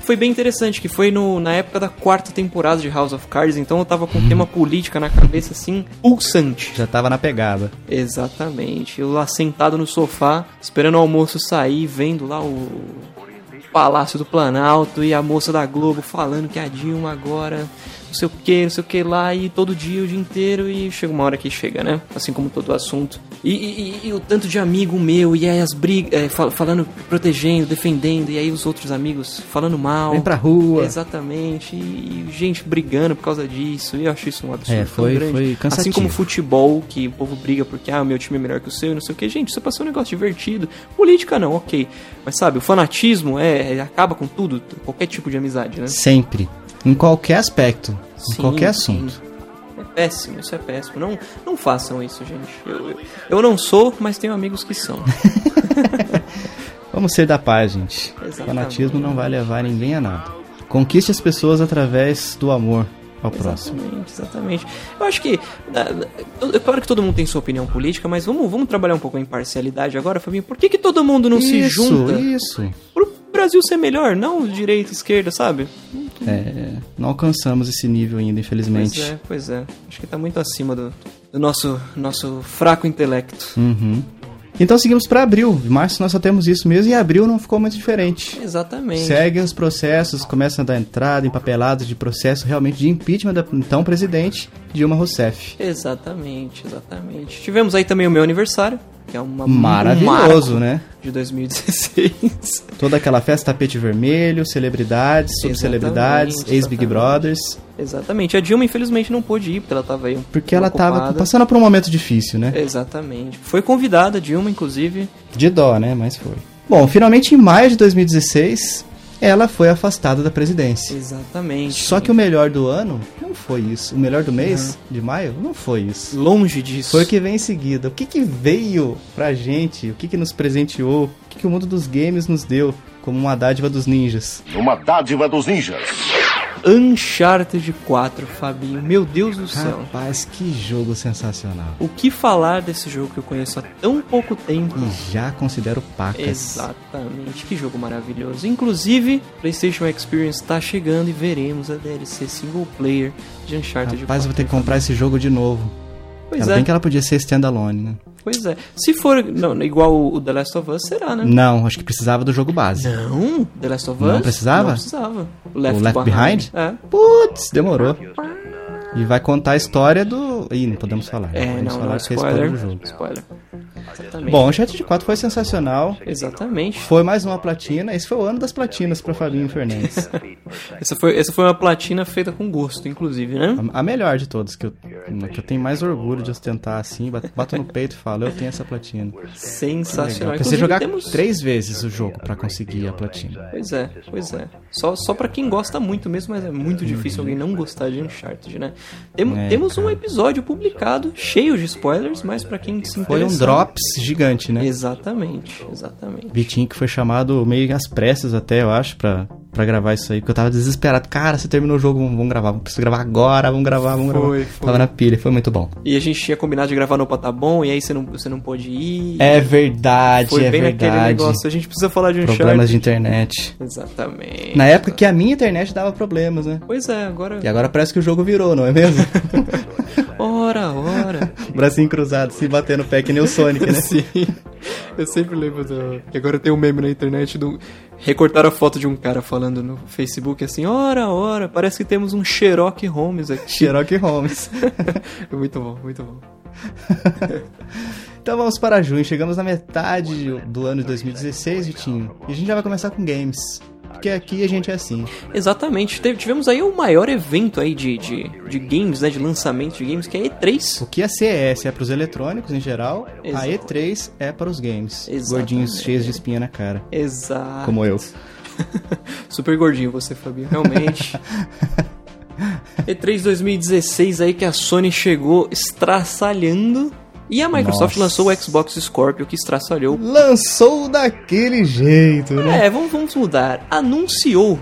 [SPEAKER 2] Foi bem interessante, que foi no, na época da quarta temporada de House of Cards, então eu tava com o tema política na cabeça, assim, pulsante.
[SPEAKER 1] Já tava na pegada.
[SPEAKER 2] Exatamente. Eu lá sentado no sofá, esperando o almoço sair, vendo lá o Palácio do Planalto e a moça da Globo falando que a Dilma agora, não sei o que, não sei o que lá, e todo dia, o dia inteiro, e chega uma hora que chega, né? Assim como todo assunto. E, e- e- e o tanto de amigo meu, e aí as brigas, é, fal- falando, protegendo, defendendo, e aí os outros amigos falando mal.
[SPEAKER 1] Vem pra rua.
[SPEAKER 2] Exatamente. E, e gente brigando por causa disso, e eu acho isso um absurdo
[SPEAKER 1] É,
[SPEAKER 2] tão
[SPEAKER 1] foi-
[SPEAKER 2] grande.
[SPEAKER 1] foi
[SPEAKER 2] Assim
[SPEAKER 1] cansativo.
[SPEAKER 2] como futebol, que o povo briga porque, ah, meu time é melhor que o seu e não sei o que. Gente, isso é pra ser um negócio divertido. Política não, ok. Mas sabe, o fanatismo é, é- acaba com tudo, qualquer tipo de amizade, né?
[SPEAKER 1] Sempre. Em qualquer aspecto.
[SPEAKER 2] Sim,
[SPEAKER 1] em qualquer
[SPEAKER 2] sim.
[SPEAKER 1] assunto.
[SPEAKER 2] péssimo, isso é péssimo. Não, não façam isso, gente. Eu, eu, eu não sou, mas tenho amigos que são.
[SPEAKER 1] Vamos ser da paz, gente.
[SPEAKER 2] Exatamente.
[SPEAKER 1] O fanatismo não vai levar ninguém a nada. Conquiste as pessoas através do amor ao próximo.
[SPEAKER 2] Exatamente, exatamente. Eu acho que. ah, eu- É claro que todo mundo tem sua opinião política, mas vamos, vamos trabalhar um pouco a imparcialidade agora, Fabinho. Por que, que todo mundo não se
[SPEAKER 1] isso,
[SPEAKER 2] junta
[SPEAKER 1] isso.
[SPEAKER 2] pro Brasil ser melhor, não direita, esquerda, sabe?
[SPEAKER 1] É, não alcançamos esse nível ainda, infelizmente.
[SPEAKER 2] Pois é, pois é. Acho que tá muito acima do, do nosso, nosso fraco intelecto.
[SPEAKER 1] Uhum. Então seguimos para abril. Em março nós só temos isso mesmo e abril não ficou muito diferente.
[SPEAKER 2] Exatamente.
[SPEAKER 1] Seguem os processos, começam a dar entrada, empapelados de processo realmente de impeachment da então presidente Dilma Rousseff.
[SPEAKER 2] Exatamente, exatamente. Tivemos aí também o meu aniversário, que é uma
[SPEAKER 1] Maravilhoso,
[SPEAKER 2] um marco
[SPEAKER 1] né?
[SPEAKER 2] De 2016.
[SPEAKER 1] Toda aquela festa tapete vermelho, celebridades, subcelebridades,
[SPEAKER 2] Exatamente,
[SPEAKER 1] ex-Big
[SPEAKER 2] exatamente.
[SPEAKER 1] Brothers.
[SPEAKER 2] Exatamente. A Dilma, infelizmente, não pôde ir, porque ela tava aí. um
[SPEAKER 1] Porque
[SPEAKER 2] pouco
[SPEAKER 1] ela tava
[SPEAKER 2] ocupada.
[SPEAKER 1] passando por um momento difícil, né?
[SPEAKER 2] Exatamente. Foi convidada, Dilma, inclusive.
[SPEAKER 1] De dó, né? Mas foi. Bom, finalmente em maio de 2016, ela foi afastada da presidência.
[SPEAKER 2] Exatamente.
[SPEAKER 1] Só que o melhor do ano não foi isso. O melhor do mês, de maio, não foi isso.
[SPEAKER 2] Longe disso.
[SPEAKER 1] Foi o que vem em seguida. O que, que veio pra gente? O que, que nos presenteou? O que, que o mundo dos games nos deu como uma dádiva dos ninjas?
[SPEAKER 5] Uma dádiva dos ninjas.
[SPEAKER 2] Uncharted 4, Fabinho. Meu Deus do céu.
[SPEAKER 1] Rapaz, que jogo sensacional.
[SPEAKER 2] O que falar desse jogo que eu conheço há tão pouco tempo?
[SPEAKER 1] E já considero pacas.
[SPEAKER 2] Exatamente, que jogo maravilhoso. Inclusive, PlayStation Experience tá chegando e veremos a DLC single player de
[SPEAKER 1] Rapaz,
[SPEAKER 2] Uncharted
[SPEAKER 1] eu
[SPEAKER 2] 4.
[SPEAKER 1] vou ter que comprar esse jogo de novo.
[SPEAKER 2] Pois
[SPEAKER 1] Ainda
[SPEAKER 2] é,
[SPEAKER 1] bem que ela podia ser standalone, né?
[SPEAKER 2] pois é. Se for não, igual o The Last of Us, será, né?
[SPEAKER 1] Não, acho que precisava do jogo base.
[SPEAKER 2] Não, The Last of Us?
[SPEAKER 1] Não precisava?
[SPEAKER 2] Não precisava. O Left,
[SPEAKER 1] O Left Behind?
[SPEAKER 2] É.
[SPEAKER 1] Putz, demorou. E vai contar a história do. Ih, não podemos falar.
[SPEAKER 2] É,
[SPEAKER 1] podemos
[SPEAKER 2] não,
[SPEAKER 1] falar
[SPEAKER 2] não,
[SPEAKER 1] porque é spoiler
[SPEAKER 2] spoiler.
[SPEAKER 1] do jogo.
[SPEAKER 2] Spoiler. Exatamente.
[SPEAKER 1] Bom, o Uncharted 4 foi sensacional.
[SPEAKER 2] Exatamente.
[SPEAKER 1] Foi mais uma platina. Esse foi o ano das platinas pra Fabinho Fernandes.
[SPEAKER 2] Essa foi, essa foi uma platina feita com gosto, inclusive, né?
[SPEAKER 1] A, a melhor de todas, que eu, que eu tenho mais orgulho de ostentar assim. bat- Bato no peito e falo, eu tenho essa platina.
[SPEAKER 2] Sensacional.
[SPEAKER 1] Legal. Precisei
[SPEAKER 2] Inclusive,
[SPEAKER 1] jogar
[SPEAKER 2] temos-
[SPEAKER 1] três vezes o jogo pra conseguir a platina.
[SPEAKER 2] Pois é, pois é. Só, só para quem gosta muito mesmo, mas é muito difícil alguém não gostar de Uncharted, né? Tem-
[SPEAKER 1] É,
[SPEAKER 2] temos um
[SPEAKER 1] cara.
[SPEAKER 2] episódio publicado, cheio de spoilers, mas pra quem se
[SPEAKER 1] Foi
[SPEAKER 2] interessa...
[SPEAKER 1] um drops gigante, né?
[SPEAKER 2] Exatamente, exatamente.
[SPEAKER 1] Vitinho que foi chamado meio às pressas até, eu acho, pra, pra gravar isso aí. Porque eu tava desesperado. Cara, você terminou o jogo, vamos, vamos gravar. Preciso gravar agora, vamos gravar, vamos
[SPEAKER 2] Foi,
[SPEAKER 1] gravar.
[SPEAKER 2] foi.
[SPEAKER 1] Tava na pilha, foi muito bom.
[SPEAKER 2] E a gente tinha combinado de gravar no Opa Tá Bom, e aí você não, você não pôde ir.
[SPEAKER 1] É verdade,
[SPEAKER 2] Foi
[SPEAKER 1] é
[SPEAKER 2] bem naquele
[SPEAKER 1] verdade.
[SPEAKER 2] negócio, a gente precisa falar de Uncharted.
[SPEAKER 1] Problemas de internet.
[SPEAKER 2] Exatamente.
[SPEAKER 1] Na época que a minha internet dava problemas, né?
[SPEAKER 2] Pois é, agora...
[SPEAKER 1] E agora parece que o jogo virou, não é mesmo?
[SPEAKER 2] Ora, ora...
[SPEAKER 1] Bracinho cruzado, se batendo o pé que nem o Sonic, né?
[SPEAKER 2] Sim. Eu sempre lembro do. que Agora tem um meme na internet do. Recortaram a foto de um cara falando no Facebook assim: ora, ora, parece que temos um Sherlock Holmes aqui. É
[SPEAKER 1] Sherlock Holmes.
[SPEAKER 2] muito bom, muito bom.
[SPEAKER 1] Então vamos para junho, chegamos na metade do ano de 2016, Vitinho. E a gente já vai começar com games. Porque aqui a gente é assim.
[SPEAKER 2] Exatamente, teve- tivemos aí o maior evento aí de, de, de games, né? De lançamento de games, que é a E3.
[SPEAKER 1] O que a CES é para os eletrônicos em geral, a
[SPEAKER 2] Exato.
[SPEAKER 1] E3 é para os games.
[SPEAKER 2] Exatamente. Ah.
[SPEAKER 1] Gordinhos cheios de espinha na cara.
[SPEAKER 2] Exato.
[SPEAKER 1] Como eu.
[SPEAKER 2] Super gordinho você, Fabinho, realmente. E3 2016 aí que a Sony chegou estraçalhando. E a Microsoft
[SPEAKER 1] Nossa.
[SPEAKER 2] lançou o Xbox Scorpio, que estraçalhou
[SPEAKER 1] Lançou daquele jeito, né?
[SPEAKER 2] É, vamos, vamos mudar. Anunciou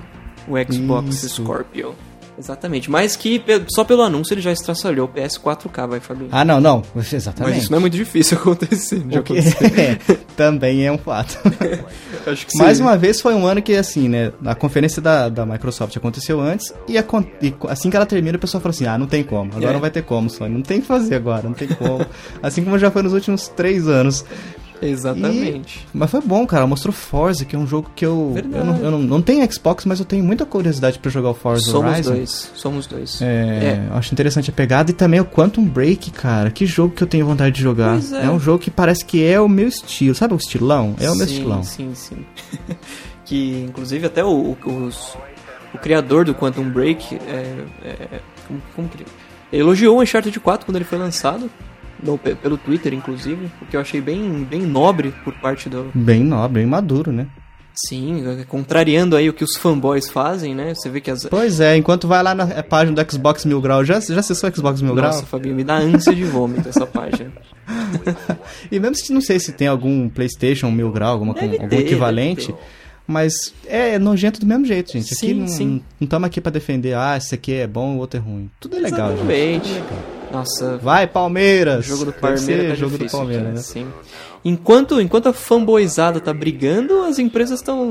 [SPEAKER 2] o Xbox
[SPEAKER 1] Isso.
[SPEAKER 2] Scorpio. Exatamente, mas que pe- só pelo anúncio ele já estraçalhou o PS4K, vai, Fabinho.
[SPEAKER 1] Ah, não, não.
[SPEAKER 2] mas
[SPEAKER 1] Exatamente.
[SPEAKER 2] isso não é muito difícil acontecer, já
[SPEAKER 1] Porque-
[SPEAKER 2] aconteceu.
[SPEAKER 1] Também é um fato.
[SPEAKER 2] Acho que
[SPEAKER 1] Mais
[SPEAKER 2] sim.
[SPEAKER 1] uma vez foi um ano que, assim, né? A conferência da, da Microsoft aconteceu antes e, acon- e co- assim que ela termina, o pessoal fala assim: ah, não tem como, agora
[SPEAKER 2] É.
[SPEAKER 1] não vai ter como, Sony. Não tem o que fazer agora, não tem como. assim como já foi nos últimos três anos.
[SPEAKER 2] Exatamente.
[SPEAKER 1] Mas foi bom, cara. Mostrou Forza, que é um jogo que eu.
[SPEAKER 2] Verdade.
[SPEAKER 1] Eu, não, eu não, não tenho Xbox, mas eu tenho muita curiosidade pra jogar o Forza
[SPEAKER 2] Somos
[SPEAKER 1] Horizon.
[SPEAKER 2] dois, somos dois.
[SPEAKER 1] É, eu Acho interessante a pegada e também o Quantum Break, cara. Que jogo que eu tenho vontade de jogar.
[SPEAKER 2] Pois é.
[SPEAKER 1] um jogo que parece que é o meu estilo. Sabe o estilão? É o meu
[SPEAKER 2] sim,
[SPEAKER 1] estilão.
[SPEAKER 2] Sim, sim. que inclusive até o, o- os- o criador do Quantum Break é, é, como, como que ele, ele elogiou o Uncharted 4 quando ele foi lançado. no- pe- pelo Twitter, inclusive, o que eu achei bem, bem nobre por parte do,
[SPEAKER 1] Bem nobre, bem maduro, né?
[SPEAKER 2] Sim, contrariando aí o que os fanboys fazem, né? Você vê que as.
[SPEAKER 1] Pois é, enquanto vai lá na página do Xbox Mil Grau, já, já acessou o Xbox Mil Grau?
[SPEAKER 2] Nossa, Fabinho, me dá ânsia de vômito essa página.
[SPEAKER 1] E mesmo se não sei se tem algum PlayStation Mil Grau, alguma, com-
[SPEAKER 2] Deve
[SPEAKER 1] algum
[SPEAKER 2] ter,
[SPEAKER 1] equivalente.
[SPEAKER 2] deve ter.
[SPEAKER 1] Mas é nojento do mesmo jeito, gente.
[SPEAKER 2] Sim,
[SPEAKER 1] aqui não,
[SPEAKER 2] sim.
[SPEAKER 1] não estamos aqui pra defender, ah, esse aqui é bom, o outro é ruim. Tudo é legal, gente.
[SPEAKER 2] Exatamente. Nossa,
[SPEAKER 1] Vai,
[SPEAKER 2] O
[SPEAKER 1] Palmeiras!
[SPEAKER 2] jogo do
[SPEAKER 1] Deve
[SPEAKER 2] Palmeiras
[SPEAKER 1] ser
[SPEAKER 2] tá
[SPEAKER 1] jogo
[SPEAKER 2] difícil,
[SPEAKER 1] do Palmeiras,
[SPEAKER 2] cara,
[SPEAKER 1] né?
[SPEAKER 2] sim. Enquanto, enquanto a fanboyzada tá brigando, as empresas estão.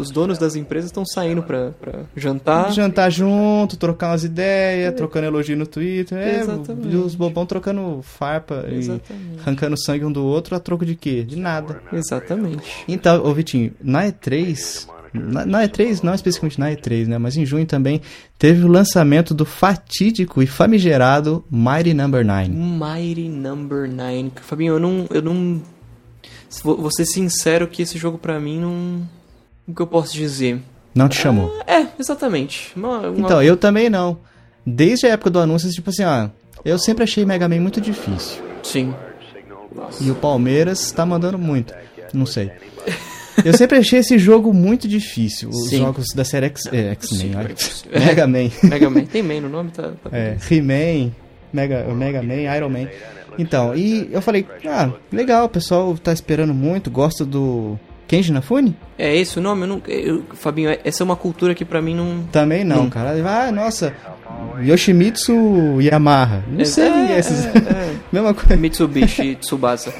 [SPEAKER 2] Os donos das empresas estão saindo pra, pra jantar.
[SPEAKER 1] Jantar junto, trocar umas ideias, trocando elogio no Twitter. É,
[SPEAKER 2] Exatamente.
[SPEAKER 1] e os bobão trocando farpa e
[SPEAKER 2] Exatamente.
[SPEAKER 1] arrancando sangue um do outro a troco de quê? De nada.
[SPEAKER 2] Exatamente.
[SPEAKER 1] Então, ô Vitinho, na E3, na, na E3, não especificamente na E3, né? Mas em junho também teve o lançamento do fatídico e famigerado Mighty Number 9.
[SPEAKER 2] Mighty Number 9. Fabinho, eu não. Eu não. se Vou vou ser sincero que esse jogo pra mim não. O que eu posso dizer?
[SPEAKER 1] Não te chamou.
[SPEAKER 2] É, exatamente. Uma- uma-
[SPEAKER 1] Então, eu também não. Desde a época do anúncio, tipo assim, ó. Eu sempre achei Mega Man muito difícil.
[SPEAKER 2] Sim.
[SPEAKER 1] E o Palmeiras tá mandando muito. Não sei. Eu sempre achei esse jogo muito difícil. Os
[SPEAKER 2] Sim.
[SPEAKER 1] jogos da série X- é, X-Men,
[SPEAKER 2] Sim,
[SPEAKER 1] olha.
[SPEAKER 2] é.
[SPEAKER 1] Mega Man.
[SPEAKER 2] Mega Man. Tem Man no nome? Tá, tá
[SPEAKER 1] É, He-Man, Mega, o Mega Man, Iron Man. Então, e eu falei, ah, legal, o pessoal tá esperando muito, gosta do Kenji Nafune?
[SPEAKER 2] É esse o nome? Eu não, eu- Fabinho, é- essa é uma cultura que pra mim não.
[SPEAKER 1] Também não,
[SPEAKER 2] Não.
[SPEAKER 1] cara. Ah, nossa, Yoshimitsu Yamaha. Não sei,
[SPEAKER 2] é,
[SPEAKER 1] esses...
[SPEAKER 2] é,
[SPEAKER 1] mesma
[SPEAKER 2] é.
[SPEAKER 1] coisa.
[SPEAKER 2] Mitsubishi Tsubasa.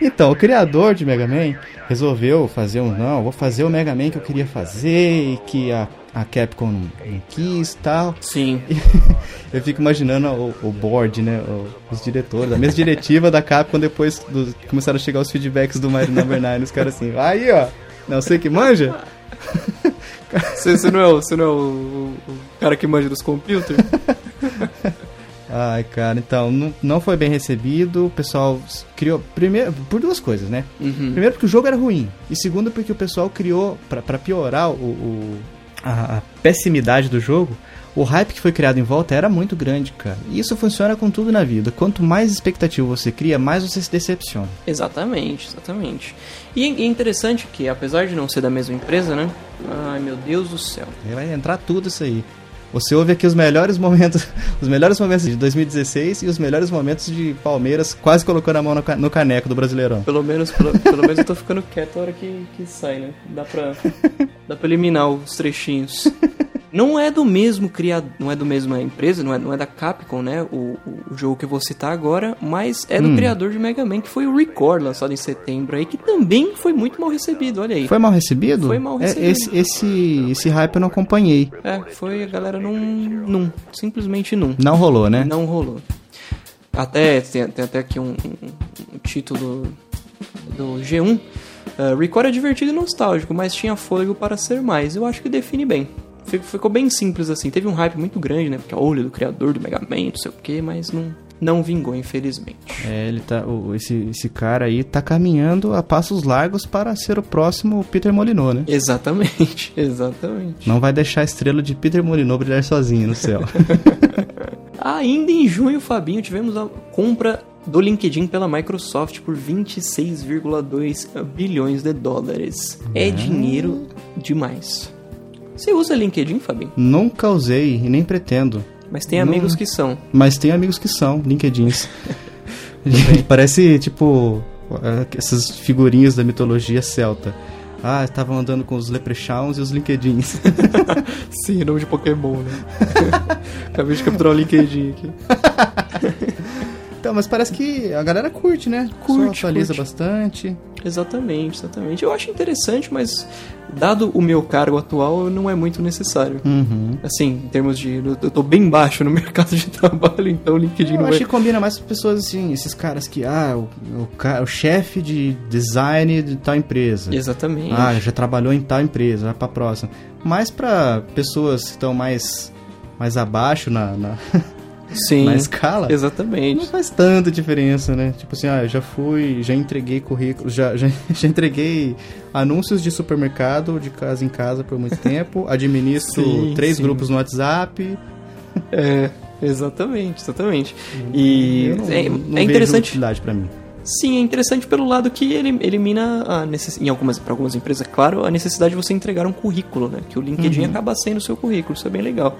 [SPEAKER 1] Então, o criador de Mega Man resolveu fazer um, não, vou fazer o Mega Man que eu queria fazer e que a, a Capcom não, não quis e tal.
[SPEAKER 2] Sim.
[SPEAKER 1] Eu fico imaginando o, o board, né? o- os diretores, a mesa diretiva da Capcom depois do- começaram a chegar os feedbacks do Mario Number 9, os caras assim, aí ó, não sei que manja?
[SPEAKER 2] Você, você não é, o, você não é o, o- o cara que manja dos computers?
[SPEAKER 1] Ai, cara, então, não, não foi bem recebido, o pessoal s- criou, primeiro, por duas coisas, né?
[SPEAKER 2] Uhum.
[SPEAKER 1] Primeiro porque o jogo era ruim, e segundo porque o pessoal criou, pra pra piorar o, o- a, a pessimidade do jogo, o hype que foi criado em volta era muito grande, cara. E isso funciona com tudo na vida, quanto mais expectativa você cria, mais você se decepciona.
[SPEAKER 2] Exatamente, exatamente. E é- é interessante que, apesar de não ser da mesma empresa, né? Ai meu Deus do céu.
[SPEAKER 1] Aí Vai entrar tudo isso aí. Você ouve aqui os melhores momentos, os melhores momentos de 2016 e os melhores momentos de Palmeiras quase colocando a mão no, ca- no caneco do Brasileirão.
[SPEAKER 2] Pelo menos, pelo, pelo menos eu tô ficando quieto a hora que, que sai, né? Dá pra, dá pra eliminar os trechinhos. Não é do mesmo criador, não é do mesma empresa, não é, não é da Capcom, né? O, o- o jogo que eu vou citar agora, mas é do criador de Mega Man, que foi o Record, lançado em setembro aí, que também foi muito mal recebido, olha aí.
[SPEAKER 1] Foi mal recebido?
[SPEAKER 2] Foi mal
[SPEAKER 1] É,
[SPEAKER 2] recebido.
[SPEAKER 1] esse, esse, esse hype eu não acompanhei.
[SPEAKER 2] É, foi a galera num. num. Simplesmente num.
[SPEAKER 1] Não rolou, né?
[SPEAKER 2] Não rolou. Até, tem, tem até aqui um, um- um título do G1. eh, Record é divertido e nostálgico, mas tinha fôlego para ser mais. Eu acho que define bem. Fi- Ficou bem simples assim. Teve um hype muito grande, né? Porque olho do criador do Mega Man, não sei o que, mas não, não vingou, infelizmente.
[SPEAKER 1] É, ele tá, o- esse, esse cara aí tá caminhando a passos largos para ser o próximo Peter Molinô, né?
[SPEAKER 2] Exatamente, exatamente.
[SPEAKER 1] Não vai deixar a estrela de Peter Molinô brilhar sozinho no céu.
[SPEAKER 2] Ainda em junho, Fabinho, tivemos a compra do LinkedIn pela Microsoft por 26,2 bilhões de dólares. É dinheiro demais. Você usa LinkedIn, Fabinho?
[SPEAKER 1] Nunca usei e nem pretendo.
[SPEAKER 2] Mas tem
[SPEAKER 1] Não.
[SPEAKER 2] amigos que são.
[SPEAKER 1] Mas tem amigos que são LinkedIns. Parece tipo eh, essas figurinhas da mitologia celta. Ah, estavam andando com os leprechauns e os LinkedIns.
[SPEAKER 2] Sim, nome de Pokémon, né? Acabei de capturar o LinkedIn aqui.
[SPEAKER 1] então, mas parece que a galera curte, né?
[SPEAKER 2] Curte,
[SPEAKER 1] Só atualiza
[SPEAKER 2] curte.
[SPEAKER 1] bastante.
[SPEAKER 2] Exatamente, exatamente. Eu acho interessante, mas dado o meu cargo atual, não é muito necessário.
[SPEAKER 1] Uhum.
[SPEAKER 2] Assim, em termos de. Eu tô bem baixo no mercado de trabalho, então o LinkedIn
[SPEAKER 1] Eu
[SPEAKER 2] não
[SPEAKER 1] acho
[SPEAKER 2] vai.
[SPEAKER 1] que combina mais com pessoas assim, esses caras que, ah, o, o, ca- o chefe de design de tal empresa.
[SPEAKER 2] Exatamente.
[SPEAKER 1] Ah, já trabalhou em tal empresa, vai pra próxima. Mas pra pessoas que estão mais, mais abaixo na, na-
[SPEAKER 2] Sim.
[SPEAKER 1] na escala, não
[SPEAKER 2] Exatamente.
[SPEAKER 1] faz tanta diferença, né? Tipo assim, ah, eu já fui, já entreguei currículos, já, já, já entreguei anúncios de supermercado de casa em casa por muito tempo, administro
[SPEAKER 2] Sim,
[SPEAKER 1] três
[SPEAKER 2] sim.
[SPEAKER 1] grupos no WhatsApp.
[SPEAKER 2] É, exatamente, exatamente. E
[SPEAKER 1] eu não,
[SPEAKER 2] é,
[SPEAKER 1] não
[SPEAKER 2] é
[SPEAKER 1] vejo
[SPEAKER 2] interessante.
[SPEAKER 1] utilidade pra mim.
[SPEAKER 2] Sim, é interessante pelo lado que ele elimina, a necess... em algumas, para algumas empresas, é claro, a necessidade de você entregar um currículo, né? Que o LinkedIn acaba sendo o seu currículo, isso é bem legal.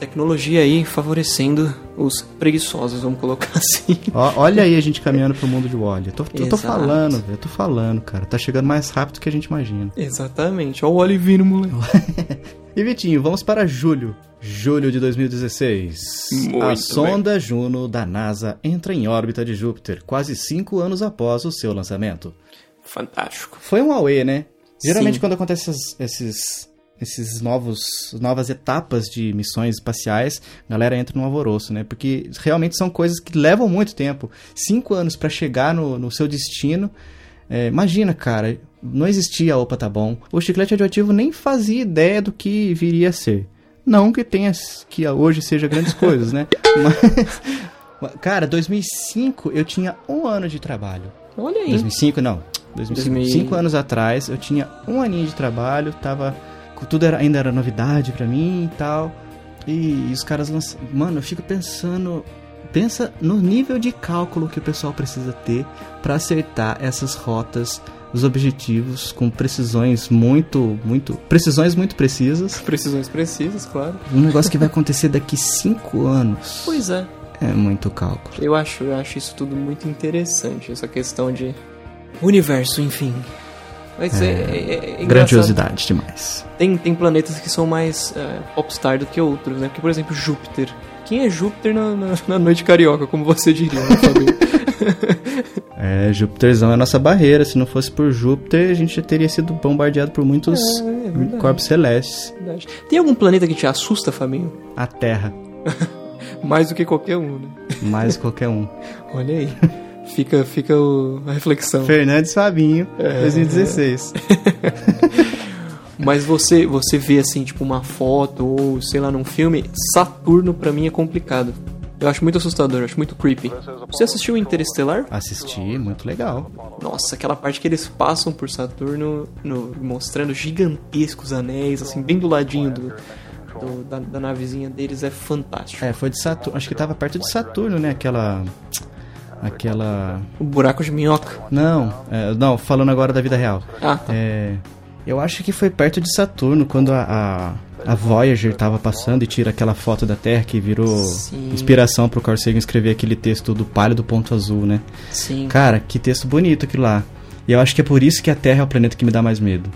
[SPEAKER 2] Tecnologia aí favorecendo os preguiçosos, vamos colocar assim.
[SPEAKER 1] Ó, olha aí a gente caminhando pro mundo de Wally. Eu tô, eu tô
[SPEAKER 2] Exato.
[SPEAKER 1] falando, velho. Eu tô falando, cara. Tá chegando mais rápido do que a gente imagina.
[SPEAKER 2] Exatamente, olha o Wally vindo, moleque.
[SPEAKER 1] E Vitinho, vamos para julho. Julho de 2016.
[SPEAKER 2] Muito
[SPEAKER 1] a
[SPEAKER 2] bem.
[SPEAKER 1] sonda Juno da NASA entra em órbita de Júpiter, quase cinco anos após o seu lançamento.
[SPEAKER 2] Fantástico.
[SPEAKER 1] Foi um Huawei, né? Geralmente
[SPEAKER 2] Sim.
[SPEAKER 1] quando acontecem esses, esses, esses novos, novas etapas de missões espaciais, a galera entra num alvoroço, né? Porque realmente são coisas que levam muito tempo. Cinco anos pra chegar no, no seu destino. É, imagina, cara, não existia a Opa Tá Bom. O chiclete radioativo nem fazia ideia do que viria a ser. Não que tenha que hoje seja grandes coisas, né? Mas, cara, 2005 eu tinha um ano de trabalho.
[SPEAKER 2] Olha aí.
[SPEAKER 1] 2005 não. 2005.
[SPEAKER 2] 2000.
[SPEAKER 1] Cinco anos atrás, eu tinha um aninho de trabalho, tava. Tudo era, ainda era novidade pra mim e tal. E, e os caras lançam. Mano, eu fico pensando. Pensa no nível de cálculo que o pessoal precisa ter pra acertar essas rotas, os objetivos, com precisões muito, muito. Precisões muito precisas.
[SPEAKER 2] Precisões precisas, claro.
[SPEAKER 1] Um negócio que vai acontecer daqui cinco anos.
[SPEAKER 2] Pois é.
[SPEAKER 1] É muito cálculo.
[SPEAKER 2] Eu acho, eu acho isso tudo muito interessante, essa questão de universo, enfim. Mas é, é, é engraçado.
[SPEAKER 1] Grandiosidade demais.
[SPEAKER 2] Tem, tem planetas que são mais é, popstar do que outros, né? Porque, por exemplo, Júpiter. Quem é Júpiter na, na, na noite carioca, como você diria, né, Fabio?
[SPEAKER 1] É, Júpiterzão é a nossa barreira. Se não fosse por Júpiter, a gente já teria sido bombardeado por muitos
[SPEAKER 2] É, é verdade.
[SPEAKER 1] corpos celestes.
[SPEAKER 2] Verdade. tem algum planeta que te assusta, Fabinho?
[SPEAKER 1] A Terra,
[SPEAKER 2] Mais do que qualquer um, né?
[SPEAKER 1] mais qualquer um.
[SPEAKER 2] Olha aí. Fica, fica o- a reflexão.
[SPEAKER 1] Fernandes Fabinho,
[SPEAKER 2] É.
[SPEAKER 1] 2016.
[SPEAKER 2] Mas você, você vê assim, tipo, uma foto ou, sei lá, num filme, Saturno pra mim é complicado. Eu acho muito assustador, eu acho muito creepy. Você assistiu Interestelar?
[SPEAKER 1] Assisti, muito legal.
[SPEAKER 2] Nossa, aquela parte que eles passam por Saturno no- mostrando gigantescos anéis, assim, bem do ladinho do, do- da, da navezinha deles, é fantástico.
[SPEAKER 1] É, foi de Saturno. Acho que tava perto de Saturno, né? Aquela. Aquela.
[SPEAKER 2] O buraco de minhoca.
[SPEAKER 1] Não, é, não, falando agora da vida real.
[SPEAKER 2] Ah, tá.
[SPEAKER 1] É, eu acho que foi perto de Saturno, quando a, a, a Voyager tava passando e tira aquela foto da Terra que virou
[SPEAKER 2] Sim.
[SPEAKER 1] inspiração pro Carl Sagan escrever aquele texto do Palio do Ponto Azul, né?
[SPEAKER 2] Sim.
[SPEAKER 1] Cara, que texto bonito aquilo lá. E eu acho que é por isso que a Terra é o planeta que me dá mais medo.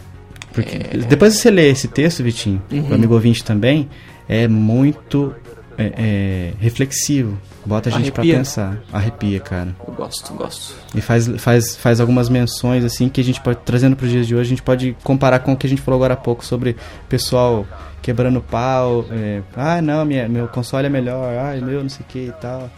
[SPEAKER 1] Porque
[SPEAKER 2] É.
[SPEAKER 1] depois que você lê esse texto, Vitinho,
[SPEAKER 2] Uhum.
[SPEAKER 1] o amigo ouvinte também, é muito é, é, reflexivo. Bota a gente
[SPEAKER 2] Arrepia.
[SPEAKER 1] pra pensar. Arrepia, cara.
[SPEAKER 2] Eu gosto, gosto.
[SPEAKER 1] E faz, faz, faz algumas menções, assim, que a gente pode, trazendo para os dias de hoje, a gente pode comparar com o que a gente falou agora há pouco sobre pessoal quebrando pau, é, ah, não, minha, meu console é melhor, ah, meu, não sei o que e tal.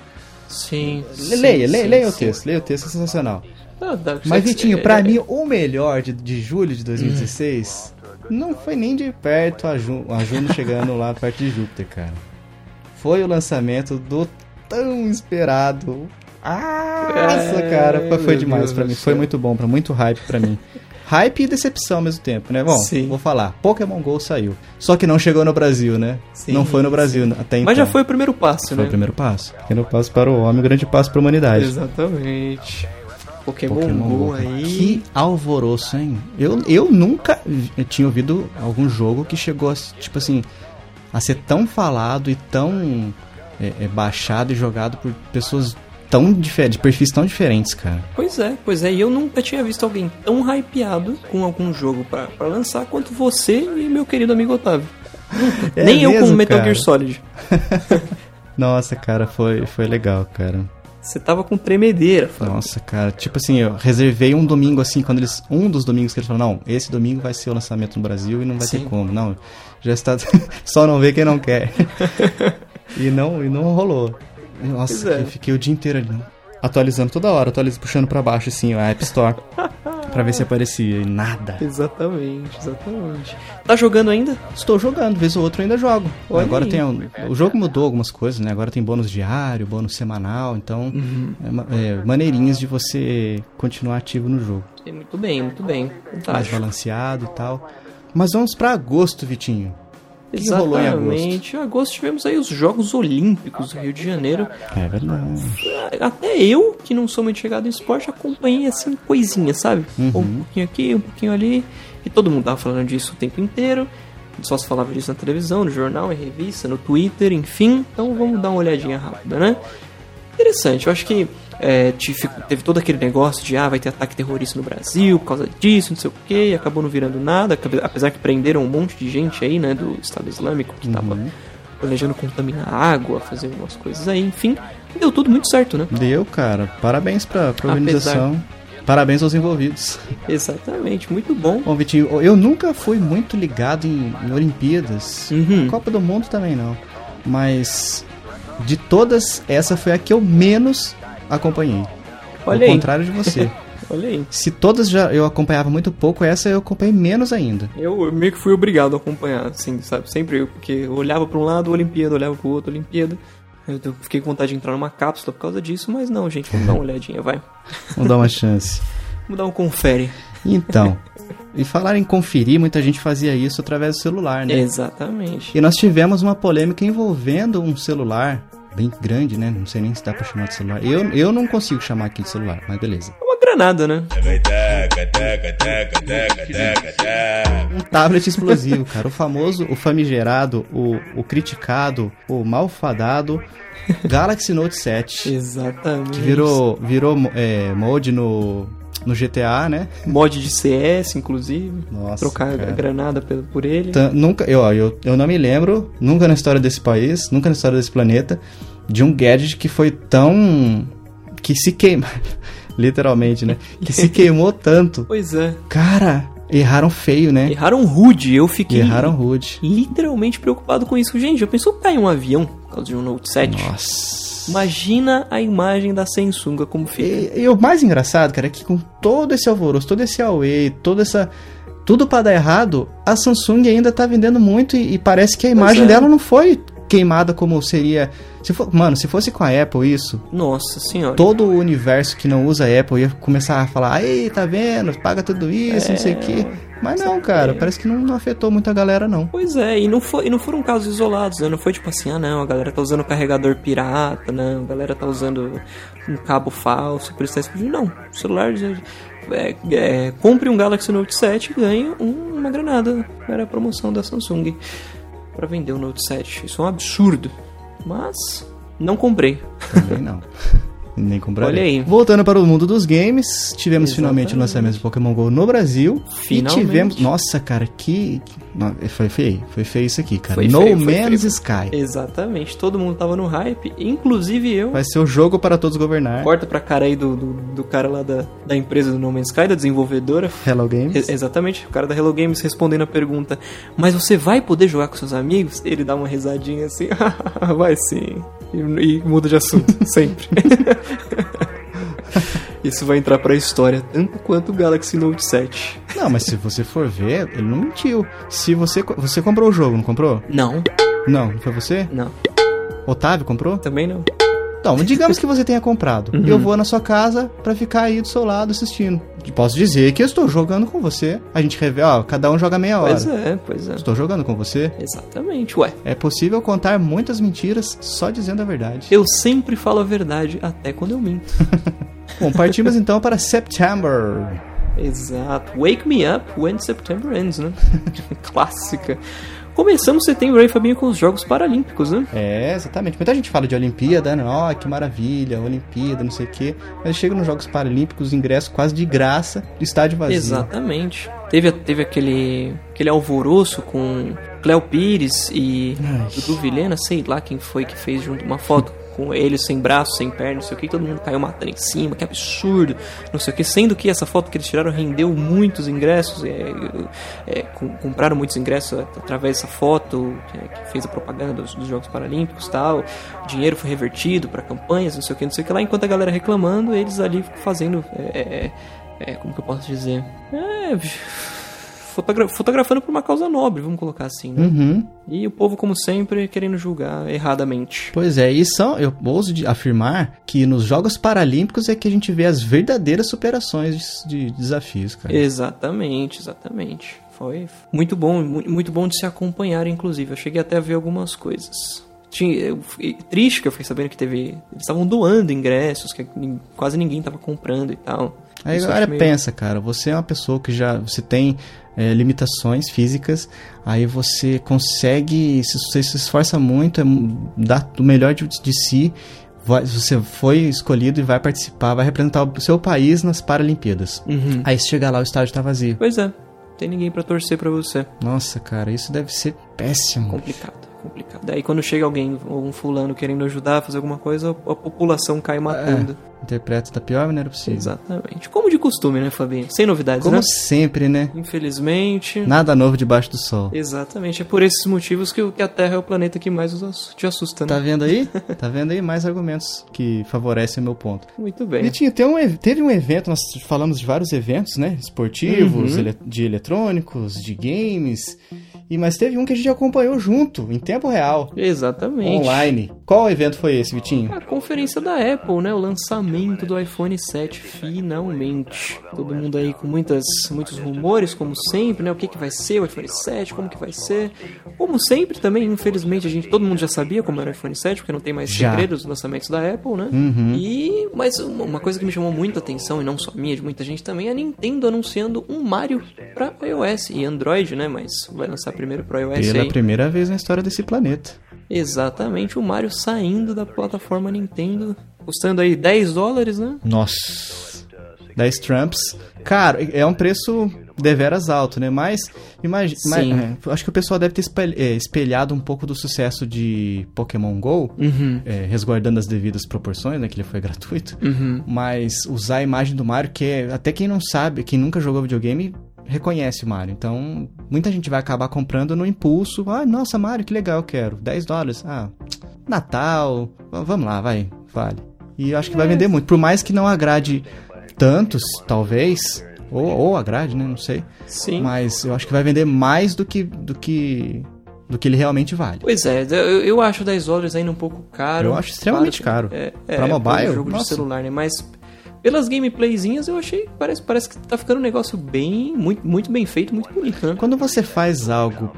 [SPEAKER 2] Sim. sim,
[SPEAKER 1] Leia, leia,
[SPEAKER 2] sim,
[SPEAKER 1] leia o
[SPEAKER 2] sim.
[SPEAKER 1] texto, leia o texto, é sensacional.
[SPEAKER 2] Ah, dá-
[SPEAKER 1] Mas, Vitinho, pra
[SPEAKER 2] é-
[SPEAKER 1] mim, o melhor de, de julho de 2016 não foi nem de perto a, Ju, a Juno chegando lá perto de Júpiter, cara. Foi o lançamento do tão esperado. Ah, Nossa, cara, foi, foi
[SPEAKER 2] É, meu
[SPEAKER 1] demais
[SPEAKER 2] Deus
[SPEAKER 1] pra
[SPEAKER 2] do
[SPEAKER 1] mim.
[SPEAKER 2] céu.
[SPEAKER 1] Foi muito bom, pra muito hype pra mim. Hype e decepção ao mesmo tempo, né? Bom,
[SPEAKER 2] Sim.
[SPEAKER 1] vou falar. Pokémon GO saiu. Só que não chegou no Brasil, né?
[SPEAKER 2] Sim,
[SPEAKER 1] não foi no Brasil até então.
[SPEAKER 2] Mas já foi o primeiro passo,
[SPEAKER 1] Foi
[SPEAKER 2] né?
[SPEAKER 1] o primeiro passo. Pequeno passo para o homem, grande passo para a humanidade.
[SPEAKER 2] Exatamente. Pokémon,
[SPEAKER 1] Pokémon
[SPEAKER 2] Go,
[SPEAKER 1] Go, cara.
[SPEAKER 2] aí.
[SPEAKER 1] Que alvoroço, hein? Eu, eu nunca vi- eu tinha ouvido algum jogo que chegou, a, s- tipo assim, a ser tão falado e tão é, é, baixado e jogado por pessoas tão diferentes, de perfis tão diferentes, cara.
[SPEAKER 2] Pois é, pois é. E eu nunca tinha visto alguém tão hypeado com algum jogo pra pra lançar quanto você e meu querido amigo Otávio.
[SPEAKER 1] É
[SPEAKER 2] Nem eu com
[SPEAKER 1] mesmo,
[SPEAKER 2] Metal
[SPEAKER 1] cara?
[SPEAKER 2] Gear Solid.
[SPEAKER 1] Nossa, cara, foi, foi legal, cara.
[SPEAKER 2] Você tava com tremedeira. Fábio.
[SPEAKER 1] Nossa, cara, tipo assim, eu reservei um domingo assim, quando eles. Um dos domingos que eles falaram, não, esse domingo vai ser o lançamento no Brasil e não vai
[SPEAKER 2] Sim.
[SPEAKER 1] ter como. Não, já está. só não vê quem não quer. e, não, e não rolou.
[SPEAKER 2] Pois
[SPEAKER 1] Nossa,
[SPEAKER 2] é.
[SPEAKER 1] eu fiquei o dia inteiro ali. não. Atualizando toda hora, atualizando, puxando pra baixo assim, a App Store. pra ver se aparecia. E nada.
[SPEAKER 2] Exatamente, exatamente. Tá jogando ainda?
[SPEAKER 1] Estou jogando, vez ou outra eu ainda jogo.
[SPEAKER 2] Olha
[SPEAKER 1] Agora
[SPEAKER 2] aí.
[SPEAKER 1] tem. um- o jogo mudou algumas coisas, né? Agora tem bônus diário, bônus semanal, então.
[SPEAKER 2] Uhum.
[SPEAKER 1] é ma- é, maneirinhas de você continuar ativo no jogo.
[SPEAKER 2] Muito bem, muito bem.
[SPEAKER 1] mais
[SPEAKER 2] Fantástico.
[SPEAKER 1] balanceado e tal. Mas vamos pra agosto, Vitinho. O que rolou em agosto?
[SPEAKER 2] Exatamente. Em agosto tivemos aí os Jogos Olímpicos do Rio de Janeiro.
[SPEAKER 1] É verdade.
[SPEAKER 2] Até eu, que não sou muito chegado em esporte, acompanhei assim coisinha, sabe? Um pouquinho aqui, um pouquinho ali. E todo mundo tava falando disso o tempo inteiro. Só se falava disso na televisão, no jornal, em revista, no Twitter, enfim. Então vamos dar uma olhadinha rápida, né? Interessante, eu acho que é, te- fico- teve todo aquele negócio de ah, vai ter ataque terrorista no Brasil por causa disso, não sei o que, e acabou não virando nada, acabe- apesar que prenderam um monte de gente aí, né, do Estado Islâmico que tava planejando contaminar água, fazer umas coisas aí, enfim, deu tudo muito certo, né?
[SPEAKER 1] Deu, cara. Parabéns pra, pra organização. Parabéns aos envolvidos.
[SPEAKER 2] Exatamente, muito bom.
[SPEAKER 1] Bom, Vitinho, eu nunca fui muito ligado em, em Olimpíadas.
[SPEAKER 2] Uhum.
[SPEAKER 1] Copa do Mundo também não. Mas de todas, essa foi a que eu menos acompanhei.
[SPEAKER 2] Olha
[SPEAKER 1] Ao
[SPEAKER 2] aí,
[SPEAKER 1] contrário de você.
[SPEAKER 2] olha aí.
[SPEAKER 1] Se todas já eu acompanhava muito pouco, essa eu acompanhei menos ainda.
[SPEAKER 2] Eu eu meio que fui obrigado a acompanhar, assim, sabe? Sempre eu, porque eu olhava pra um lado, Olimpíada, olhava pro outro, Olimpíada. Eu eu fiquei com vontade de entrar numa cápsula por causa disso, mas não, gente, vamos dar uma olhadinha, vai.
[SPEAKER 1] Vamos dar uma chance.
[SPEAKER 2] Vamos dar um confere.
[SPEAKER 1] Então, e falar em conferir, muita gente fazia isso através do celular, né?
[SPEAKER 2] Exatamente.
[SPEAKER 1] E nós tivemos uma polêmica envolvendo um celular bem grande, né? Não sei nem se dá pra chamar de celular. Eu, eu não consigo chamar aqui de celular, mas beleza.
[SPEAKER 2] É uma granada, né?
[SPEAKER 1] Um tablet explosivo, cara. O famoso, o famigerado, o, o criticado, o malfadado Galaxy Note 7.
[SPEAKER 2] Exatamente.
[SPEAKER 1] Que virou, virou é, mode no, no GTA, né?
[SPEAKER 2] mod de CS, inclusive.
[SPEAKER 1] Nossa,
[SPEAKER 2] Trocar
[SPEAKER 1] cara. Tá.
[SPEAKER 2] a granada pelo- por ele.
[SPEAKER 1] Tan- Então, Nunca, eu, ó, eu, eu não me lembro, nunca na história desse país, nunca na história desse planeta, de um gadget que foi tão. que se queima. Literalmente, né? Que se queimou tanto.
[SPEAKER 2] Pois é.
[SPEAKER 1] Cara, erraram feio, né?
[SPEAKER 2] Erraram rude, eu fiquei
[SPEAKER 1] Erraram rude.
[SPEAKER 2] literalmente preocupado com isso. Gente, já pensou cair um avião por causa de um Note 7?
[SPEAKER 1] Nossa.
[SPEAKER 2] Imagina a imagem da Samsung como fica.
[SPEAKER 1] E, e o mais engraçado, cara, é que com todo esse alvoroço, todo esse Huawei, toda essa. Tudo pra dar errado, a Samsung ainda tá vendendo muito e, e parece que a imagem
[SPEAKER 2] é.
[SPEAKER 1] dela não foi queimada como seria. Se for, mano, se fosse com a Apple isso,
[SPEAKER 2] Nossa senhora.
[SPEAKER 1] todo o universo que não usa Apple ia começar a falar, aí, tá vendo? Paga tudo isso, não sei o quê. Mas não, cara, parece que não, não afetou muito a galera, não.
[SPEAKER 2] Pois é, e não, foi, e não foram casos isolados, né? Não foi tipo assim, ah não, a galera tá usando carregador pirata, não, a galera tá usando um cabo falso, por isso tá explodindo. Não, o celular já- é, é, compre um Galaxy Note 7 e ganhe um- uma granada. Era a promoção da Samsung pra vender o Note 7. Isso é um absurdo. Mas não comprei.
[SPEAKER 1] Também não. Nem comprarei.
[SPEAKER 2] Olha aí.
[SPEAKER 1] Voltando para o mundo dos games, tivemos
[SPEAKER 2] Exatamente.
[SPEAKER 1] finalmente o lançamento do Pokémon GO no Brasil.
[SPEAKER 2] Finalmente.
[SPEAKER 1] E tivemos. Nossa, cara, que. que- não, foi feio. Foi feio isso aqui, cara.
[SPEAKER 2] Foi
[SPEAKER 1] no
[SPEAKER 2] feio, foi
[SPEAKER 1] Man's
[SPEAKER 2] feio.
[SPEAKER 1] Sky.
[SPEAKER 2] Exatamente, todo mundo tava no hype, inclusive eu.
[SPEAKER 1] Vai ser o jogo para todos governar.
[SPEAKER 2] Corta pra cara aí do, do, do cara lá da, da empresa do No Man's Sky, da desenvolvedora.
[SPEAKER 1] Hello Games.
[SPEAKER 2] Ex- Exatamente, o cara da Hello Games respondendo a pergunta: Mas você vai poder jogar com seus amigos? Ele dá uma risadinha assim: Vai sim. E, e muda de assunto, sempre. Isso vai entrar pra história, tanto quanto o Galaxy Note 7.
[SPEAKER 1] Não, mas se você for ver, ele não mentiu. Se você. co- Você comprou o jogo, não comprou?
[SPEAKER 2] Não,
[SPEAKER 1] Não, não foi você?
[SPEAKER 2] não,
[SPEAKER 1] Otávio comprou?
[SPEAKER 2] também não.
[SPEAKER 1] Então, digamos que você tenha comprado. Eu
[SPEAKER 2] Uhum.
[SPEAKER 1] vou na sua casa pra ficar aí do seu lado assistindo. Posso dizer que eu estou jogando com você. A gente revela, ó, cada um joga meia hora.
[SPEAKER 2] Pois é, pois é.
[SPEAKER 1] Estou jogando com você.
[SPEAKER 2] Exatamente, ué.
[SPEAKER 1] É possível contar muitas mentiras só dizendo a verdade.
[SPEAKER 2] Eu sempre falo a verdade, até quando eu minto.
[SPEAKER 1] Bom, partimos então para September.
[SPEAKER 2] Exato. Wake Me Up When September Ends, né? Clássica. Começamos setembro aí, Fabinho, com os Jogos Paralímpicos, né?
[SPEAKER 1] É, exatamente. Muita gente fala de Olimpíada, né? Ó, que maravilha, Olimpíada, não sei o quê. Mas chega nos Jogos Paralímpicos, ingresso quase de graça, estádio vazio.
[SPEAKER 2] Exatamente. Teve, teve aquele, aquele alvoroço com Cléo Pires e
[SPEAKER 1] Ai.
[SPEAKER 2] Dudu Vilhena, sei lá quem foi que fez junto uma foto com ele sem braço, sem perna, não sei o que, todo mundo caiu matando em cima, que absurdo, não sei o que, sendo que essa foto que eles tiraram rendeu muitos ingressos, é, é, com- compraram muitos ingressos at- através dessa foto que, que fez a propaganda dos, dos Jogos Paralímpicos e tal, o dinheiro foi revertido para campanhas, não sei o que, não sei o que lá, enquanto a galera reclamando, eles ali fazendo é, é, é, como que eu posso dizer? É, fotogra- fotografando por uma causa nobre, vamos colocar assim, né?
[SPEAKER 1] Uhum.
[SPEAKER 2] E o povo, como sempre, querendo julgar erradamente.
[SPEAKER 1] Pois é, e são, eu ouso de afirmar que nos Jogos Paralímpicos é que a
[SPEAKER 2] É,
[SPEAKER 1] gente vê as verdadeiras superações de, de desafios, cara.
[SPEAKER 2] Exatamente, exatamente. Foi muito bom, mu- muito bom de se acompanhar, inclusive. Eu cheguei até a ver algumas coisas. Tinha, eu fiquei triste que eu fiquei sabendo que teve. Eles estavam doando ingressos, que nin- quase ninguém tava comprando e tal.
[SPEAKER 1] Aí
[SPEAKER 2] Isso eu
[SPEAKER 1] agora
[SPEAKER 2] acho meio-
[SPEAKER 1] pensa, cara, você é uma pessoa que já você tem é, limitações físicas, aí você consegue, se você se esforça muito, é, mu- dá o melhor de, de si, vai- você foi escolhido e vai participar, vai representar o seu país nas Paralimpíadas.
[SPEAKER 2] Uhum.
[SPEAKER 1] Aí você chega lá, o estádio tá vazio.
[SPEAKER 2] Pois é, não tem ninguém pra torcer pra você.
[SPEAKER 1] Nossa, cara, isso deve ser péssimo.
[SPEAKER 2] Complicado, complicado. Daí quando chega alguém, algum fulano querendo ajudar, fazer alguma coisa, a a população cai
[SPEAKER 1] É,
[SPEAKER 2] matando.
[SPEAKER 1] Interpreta da pior maneira possível.
[SPEAKER 2] Exatamente. Como de costume, né, Fabinho? Sem novidades,
[SPEAKER 1] Como
[SPEAKER 2] né?
[SPEAKER 1] sempre, né?
[SPEAKER 2] Infelizmente.
[SPEAKER 1] Nada novo debaixo do sol.
[SPEAKER 2] Exatamente. É por esses motivos que, o- que a Terra é o planeta que mais os ass- te assusta, né?
[SPEAKER 1] Tá vendo aí? Tá vendo aí mais argumentos que favorecem o meu ponto.
[SPEAKER 2] Muito bem.
[SPEAKER 1] Vitinho, tem um ev- teve um evento, nós falamos de vários eventos, né? Esportivos, ele- de eletrônicos, de games. E, mas teve um que a gente acompanhou junto, em tempo real,
[SPEAKER 2] Exatamente.
[SPEAKER 1] online. Qual evento foi esse, Vitinho?
[SPEAKER 2] A conferência da Apple, né? O lançamento do iPhone 7, finalmente. Todo mundo aí com muitas, muitos rumores, como sempre, né? O que, que vai ser o iPhone 7, como que vai ser. Como sempre também, infelizmente, a gente, todo mundo já sabia como era o iPhone 7, porque não tem mais
[SPEAKER 1] Já. Uhum.
[SPEAKER 2] segredos dos lançamentos da Apple, né? E, mas uma uma coisa que me chamou muita atenção, e não só minha, de muita gente também, é a Nintendo anunciando um Mario pra iOS e Android, né? Mas vai lançar primeiro pro iOS
[SPEAKER 1] Pela
[SPEAKER 2] aí.
[SPEAKER 1] primeira vez na história desse planeta.
[SPEAKER 2] Exatamente, o Mario saindo da plataforma Nintendo, custando aí 10 dólares, né?
[SPEAKER 1] Nossa. 10 Trumps. Cara, é um preço deveras alto, né? Mas, imagina.
[SPEAKER 2] Sim.
[SPEAKER 1] acho que o pessoal deve ter espel- é, espelhado um pouco do sucesso de Pokémon GO, é, resguardando as devidas proporções, né? Que ele foi gratuito. Mas usar a imagem do Mario, que é- até quem não sabe, quem nunca jogou videogame, reconhece o Mario. Então, muita gente vai acabar comprando no impulso. Ah, nossa, Mario, que legal, eu quero. 10 dólares. Ah, Natal. v- Vamos lá, vai, vale. E eu acho que vai vender muito. Por mais que não agrade tantos, talvez. Ou, ou agrade, né? Não sei.
[SPEAKER 2] Sim.
[SPEAKER 1] Mas eu acho que vai vender mais do que. do que. do que ele realmente vale.
[SPEAKER 2] Pois é, eu, eu acho 10 dólares ainda um pouco caro.
[SPEAKER 1] Eu acho extremamente
[SPEAKER 2] Claro,
[SPEAKER 1] caro.
[SPEAKER 2] É,
[SPEAKER 1] Pra
[SPEAKER 2] é,
[SPEAKER 1] mobile,
[SPEAKER 2] pelo jogo
[SPEAKER 1] nossa.
[SPEAKER 2] de celular, né? Mas pelas gameplayzinhas eu achei, parece, parece que tá ficando um negócio bem, muito, muito bem feito, muito bonito, né?
[SPEAKER 1] Quando você faz algo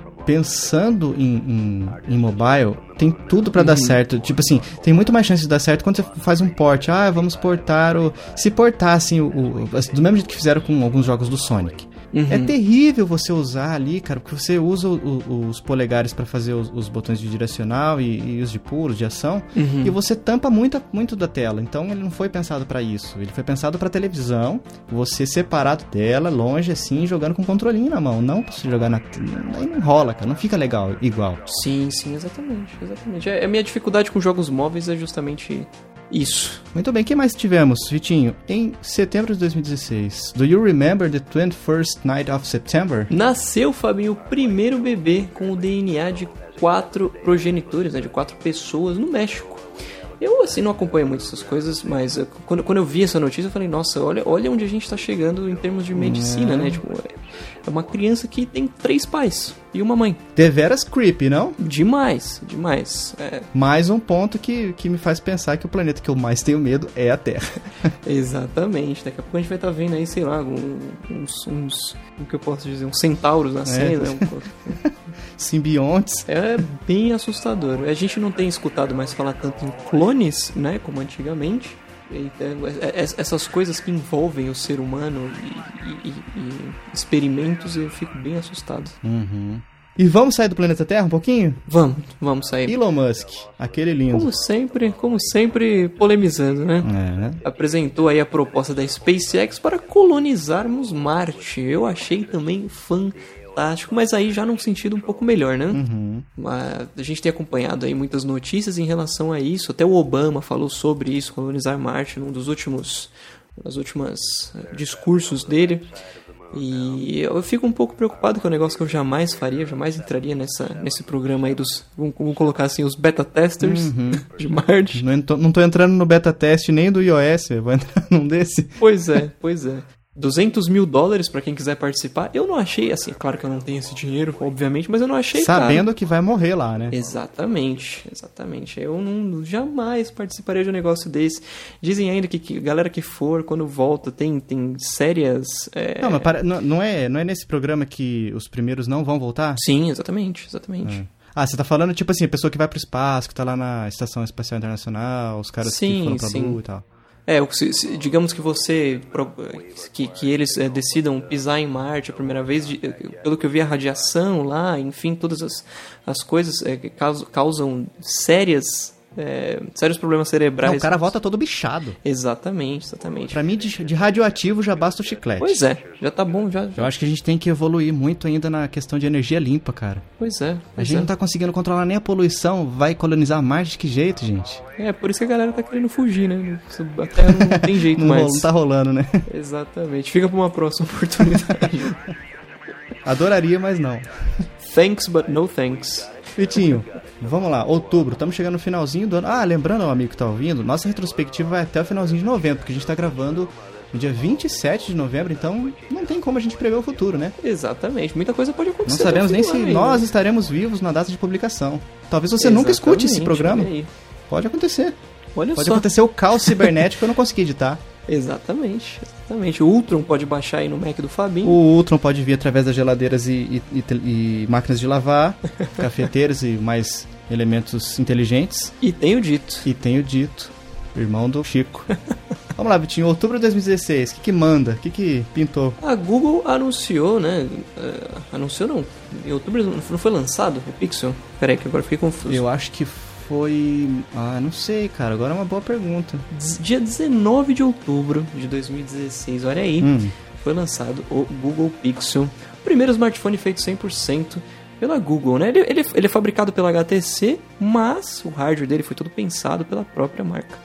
[SPEAKER 1] pensando em, em, em mobile, tem tudo pra dar certo. Tipo assim, tem muito mais chance de dar certo quando você faz um port. Ah, vamos portar o. Se portar, assim, o, o- do mesmo jeito que fizeram com alguns jogos do Sonic. É terrível você usar ali, cara, porque você usa o- o- os polegares pra fazer os, os botões de direcional e, e os de pulos, de ação, e você tampa muito, muito da tela. Então ele não foi pensado pra isso. Ele foi pensado pra televisão, você separado dela, longe assim, jogando com o controlinho na mão. Não pra você jogar na. te- Aí não rola, cara, não fica legal igual.
[SPEAKER 2] Sim, sim, exatamente, exatamente. É- A minha dificuldade com jogos móveis é justamente isso.
[SPEAKER 1] Muito bem, o que mais tivemos, Vitinho? Em setembro de 2016, do you remember the 21st night of September?
[SPEAKER 2] Hum. Nasceu, Fabinho, o primeiro bebê com o DNA de quatro progenitores, né, de quatro pessoas no México. Eu, assim, não acompanho muito essas coisas, mas eh, quando, quando eu vi essa notícia, eu falei, nossa, olha, olha onde a gente tá chegando em termos de medicina, né? Tipo, é- é uma criança que tem três pais e uma mãe.
[SPEAKER 1] Deveras creepy, não?
[SPEAKER 2] Demais, demais. É,
[SPEAKER 1] Mais um ponto que, que me faz pensar que o planeta que eu mais tenho medo é a Terra.
[SPEAKER 2] Exatamente, daqui a pouco a gente vai estar vendo aí, sei lá, um- uns, uns. Como que eu posso dizer? Uns centauros na cena. um-
[SPEAKER 1] Simbiontes.
[SPEAKER 2] É bem assustador. A gente não tem escutado mais falar tanto em clones, né? Como antigamente. E, é, é, é, essas coisas que envolvem o ser humano e, e- e- e experimentos, eu fico bem assustado.
[SPEAKER 1] E vamos sair do planeta Terra um pouquinho?
[SPEAKER 2] Vamos, vamos sair.
[SPEAKER 1] Elon Musk, aquele lindo.
[SPEAKER 2] Como sempre, como sempre, polemizando, né?
[SPEAKER 1] É, né?
[SPEAKER 2] apresentou aí a proposta da SpaceX para colonizarmos Marte. Eu achei também fantástico, mas aí já num sentido um pouco melhor, né? Ah, A gente tem acompanhado aí muitas notícias em relação a isso. Até o Obama falou sobre isso, colonizar Marte, num dos últimos nos últimos eh, discursos dele. E eu fico um pouco preocupado que é um negócio que eu jamais faria, eu jamais entraria nessa, nesse programa aí dos, vamos, vamos colocar assim, os beta testers de Marte.
[SPEAKER 1] Não, ento- não tô entrando no beta teste nem do iOS, eu vou entrar num desse.
[SPEAKER 2] Pois é, pois é. 200 mil dólares pra quem quiser participar. Eu não achei, assim, é claro que eu não tenho esse dinheiro, obviamente, mas eu não achei caro.
[SPEAKER 1] Sabendo que vai morrer lá, né?
[SPEAKER 2] Exatamente, exatamente. Eu não, jamais participaria de um negócio desse. Dizem ainda que, que galera que for, quando volta, tem, tem sérias. é,
[SPEAKER 1] Não, mas para- não, não é, não é nesse programa que os primeiros não vão voltar?
[SPEAKER 2] Sim, exatamente, exatamente.
[SPEAKER 1] Ah, você tá falando, tipo assim, a pessoa que vai pro espaço, que tá lá na Estação Espacial Internacional, os caras
[SPEAKER 2] Sim,
[SPEAKER 1] que foram pra
[SPEAKER 2] sim.
[SPEAKER 1] Lua e tal.
[SPEAKER 2] É, o que se- se- digamos que você. pro- que, que eles eh, decidam pisar em Marte a primeira vez, de- eh, pelo que eu vi, a radiação lá, enfim, todas as, as coisas eh, que caus- causam sérias. eh, sérios problemas cerebrais.
[SPEAKER 1] Não, o cara volta todo bichado.
[SPEAKER 2] Exatamente, exatamente.
[SPEAKER 1] Pra mim, de, de radioativo já basta o chiclete.
[SPEAKER 2] Pois é, já tá bom, já. já-
[SPEAKER 1] Eu acho que a gente tem que evoluir muito ainda na questão de energia limpa, cara.
[SPEAKER 2] Pois é.
[SPEAKER 1] A
[SPEAKER 2] pois
[SPEAKER 1] gente
[SPEAKER 2] é.
[SPEAKER 1] não tá conseguindo controlar nem a poluição, vai colonizar Marte de que jeito, gente?
[SPEAKER 2] É, por isso que a galera tá querendo fugir, né? Isso Até não tem jeito
[SPEAKER 1] Não,
[SPEAKER 2] mais.
[SPEAKER 1] rola- não tá rolando, né?
[SPEAKER 2] Exatamente. Fica pra uma próxima oportunidade.
[SPEAKER 1] Adoraria, mas não.
[SPEAKER 2] thanks, but no thanks.
[SPEAKER 1] Vitinho, vamos lá, outubro, estamos chegando no finalzinho do ano. Ah, lembrando, ao amigo que tá ouvindo, nossa retrospectiva vai até o finalzinho de novembro, porque a gente tá gravando no dia 27 de novembro, então não tem como a gente prever o futuro, né?
[SPEAKER 2] Exatamente. Muita coisa pode
[SPEAKER 1] Não
[SPEAKER 2] acontecer.
[SPEAKER 1] sabemos
[SPEAKER 2] até o
[SPEAKER 1] nem se
[SPEAKER 2] final ainda.
[SPEAKER 1] nós estaremos vivos na data de publicação. Talvez você nunca escute esse
[SPEAKER 2] Exatamente,
[SPEAKER 1] programa.
[SPEAKER 2] Olha, aí.
[SPEAKER 1] Pode acontecer.
[SPEAKER 2] Olha
[SPEAKER 1] Pode
[SPEAKER 2] só.
[SPEAKER 1] acontecer o caos cibernético, eu não consegui editar.
[SPEAKER 2] Exatamente, exatamente. O Ultron pode baixar aí no Mac do Fabinho.
[SPEAKER 1] O Ultron pode vir através das geladeiras e, e- e tel- e máquinas de lavar, cafeteiras e mais elementos inteligentes.
[SPEAKER 2] E tenho dito.
[SPEAKER 1] E tenho dito, irmão do Chico. Vamos lá, Vitinho, outubro de 2016, o que, que manda? O que, que pintou?
[SPEAKER 2] A Google anunciou, né? eh, anunciou não. Em outubro não foi lançado o Pixel? Peraí, que agora eu fiquei confuso.
[SPEAKER 1] Eu acho que foi. Ah, não sei, cara, agora é uma boa pergunta.
[SPEAKER 2] Dez- Dia 19 de outubro de 2016, olha aí,
[SPEAKER 1] Hum.
[SPEAKER 2] foi lançado o Google Pixel. O primeiro smartphone feito 100% pela Google, né? Ele, ele, ele é fabricado pela HTC, mas o hardware dele foi todo pensado pela própria marca.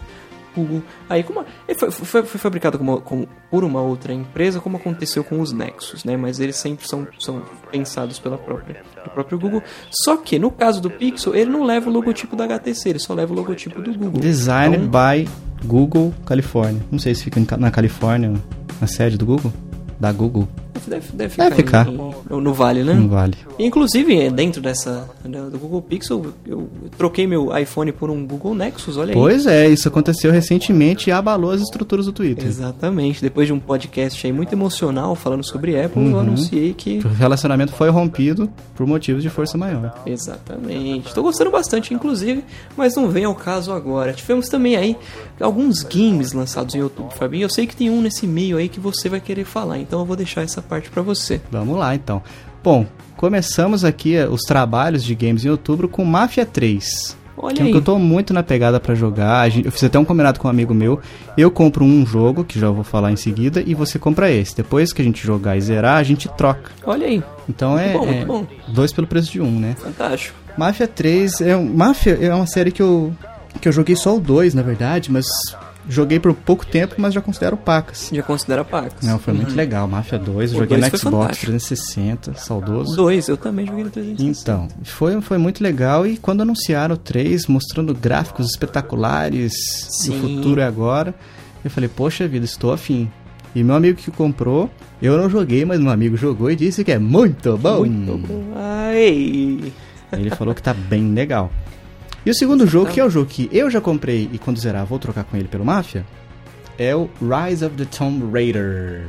[SPEAKER 2] Google. Aí, como a- ele foi, foi- foi fabricado como- como- por uma outra empresa, como aconteceu com os Nexus, né? Mas eles sempre são, são pensados pela própria, pelo próprio Google. Só que, no caso do Pixel, ele não leva o logotipo da HTC, ele só leva o logotipo do Google.
[SPEAKER 1] Designed
[SPEAKER 2] Então-
[SPEAKER 1] by Google Califórnia. Não sei se fica em Ca- na Califórnia, na sede do Google. Da Google?
[SPEAKER 2] Deve, deve
[SPEAKER 1] Deve
[SPEAKER 2] ficar,
[SPEAKER 1] ficar.
[SPEAKER 2] em- em- no, no vale, né?
[SPEAKER 1] Não vale.
[SPEAKER 2] Inclusive, é, dentro dessa da- do Google Pixel, eu troquei meu iPhone por um Google Nexus, olha aí.
[SPEAKER 1] Pois é, isso aconteceu recentemente e abalou as estruturas do Twitter.
[SPEAKER 2] Exatamente. Depois de um podcast aí muito emocional falando sobre Apple,
[SPEAKER 1] Uhum.
[SPEAKER 2] eu anunciei que.
[SPEAKER 1] O relacionamento foi rompido por motivos de força maior.
[SPEAKER 2] Exatamente. Tô gostando bastante, inclusive, mas não vem ao caso agora. Tivemos também aí alguns games lançados em outubro, Fabinho. Eu sei que tem um nesse meio aí que você vai querer falar, então eu vou deixar essa parte pra você.
[SPEAKER 1] Vamos lá, então. Bom, começamos aqui eh, os trabalhos de games em outubro com Mafia 3.
[SPEAKER 2] Olha
[SPEAKER 1] Que é um
[SPEAKER 2] aí.
[SPEAKER 1] que eu tô muito na pegada pra jogar. A gente- Eu fiz até um combinado com um amigo meu. Eu compro um jogo, que já vou falar em seguida, e você compra esse. Depois que a gente jogar e zerar, a gente troca.
[SPEAKER 2] Olha aí.
[SPEAKER 1] Então
[SPEAKER 2] Muito
[SPEAKER 1] é,
[SPEAKER 2] bom, muito
[SPEAKER 1] é
[SPEAKER 2] bom.
[SPEAKER 1] dois pelo preço de um, né?
[SPEAKER 2] Fantástico.
[SPEAKER 1] Mafia 3 é um, Mafia é uma série que eu que eu joguei só o 2, na verdade, mas joguei por pouco tempo, mas já considero assim. pacas.
[SPEAKER 2] Já considera Pax.
[SPEAKER 1] Não, foi muito legal, Mafia 2, eu
[SPEAKER 2] Uhum. O
[SPEAKER 1] joguei no
[SPEAKER 2] 2 foi
[SPEAKER 1] Xbox
[SPEAKER 2] fantástico.
[SPEAKER 1] 360, saudoso.
[SPEAKER 2] Dois, eu também joguei no 360.
[SPEAKER 1] Então, foi, foi muito legal e quando anunciaram o 3, mostrando gráficos espetaculares, e o
[SPEAKER 2] Sim.
[SPEAKER 1] futuro é agora, eu falei, poxa vida, estou afim. E meu amigo que comprou, eu não joguei, mas meu amigo jogou e disse que é muito bom.
[SPEAKER 2] Muito bom. Ai.
[SPEAKER 1] Ele falou que tá bem legal. E o segundo
[SPEAKER 2] tá
[SPEAKER 1] jogo, que é o jogo que eu já comprei e quando zerar vou trocar com ele pelo Mafia, é o Rise of the Tomb Raider.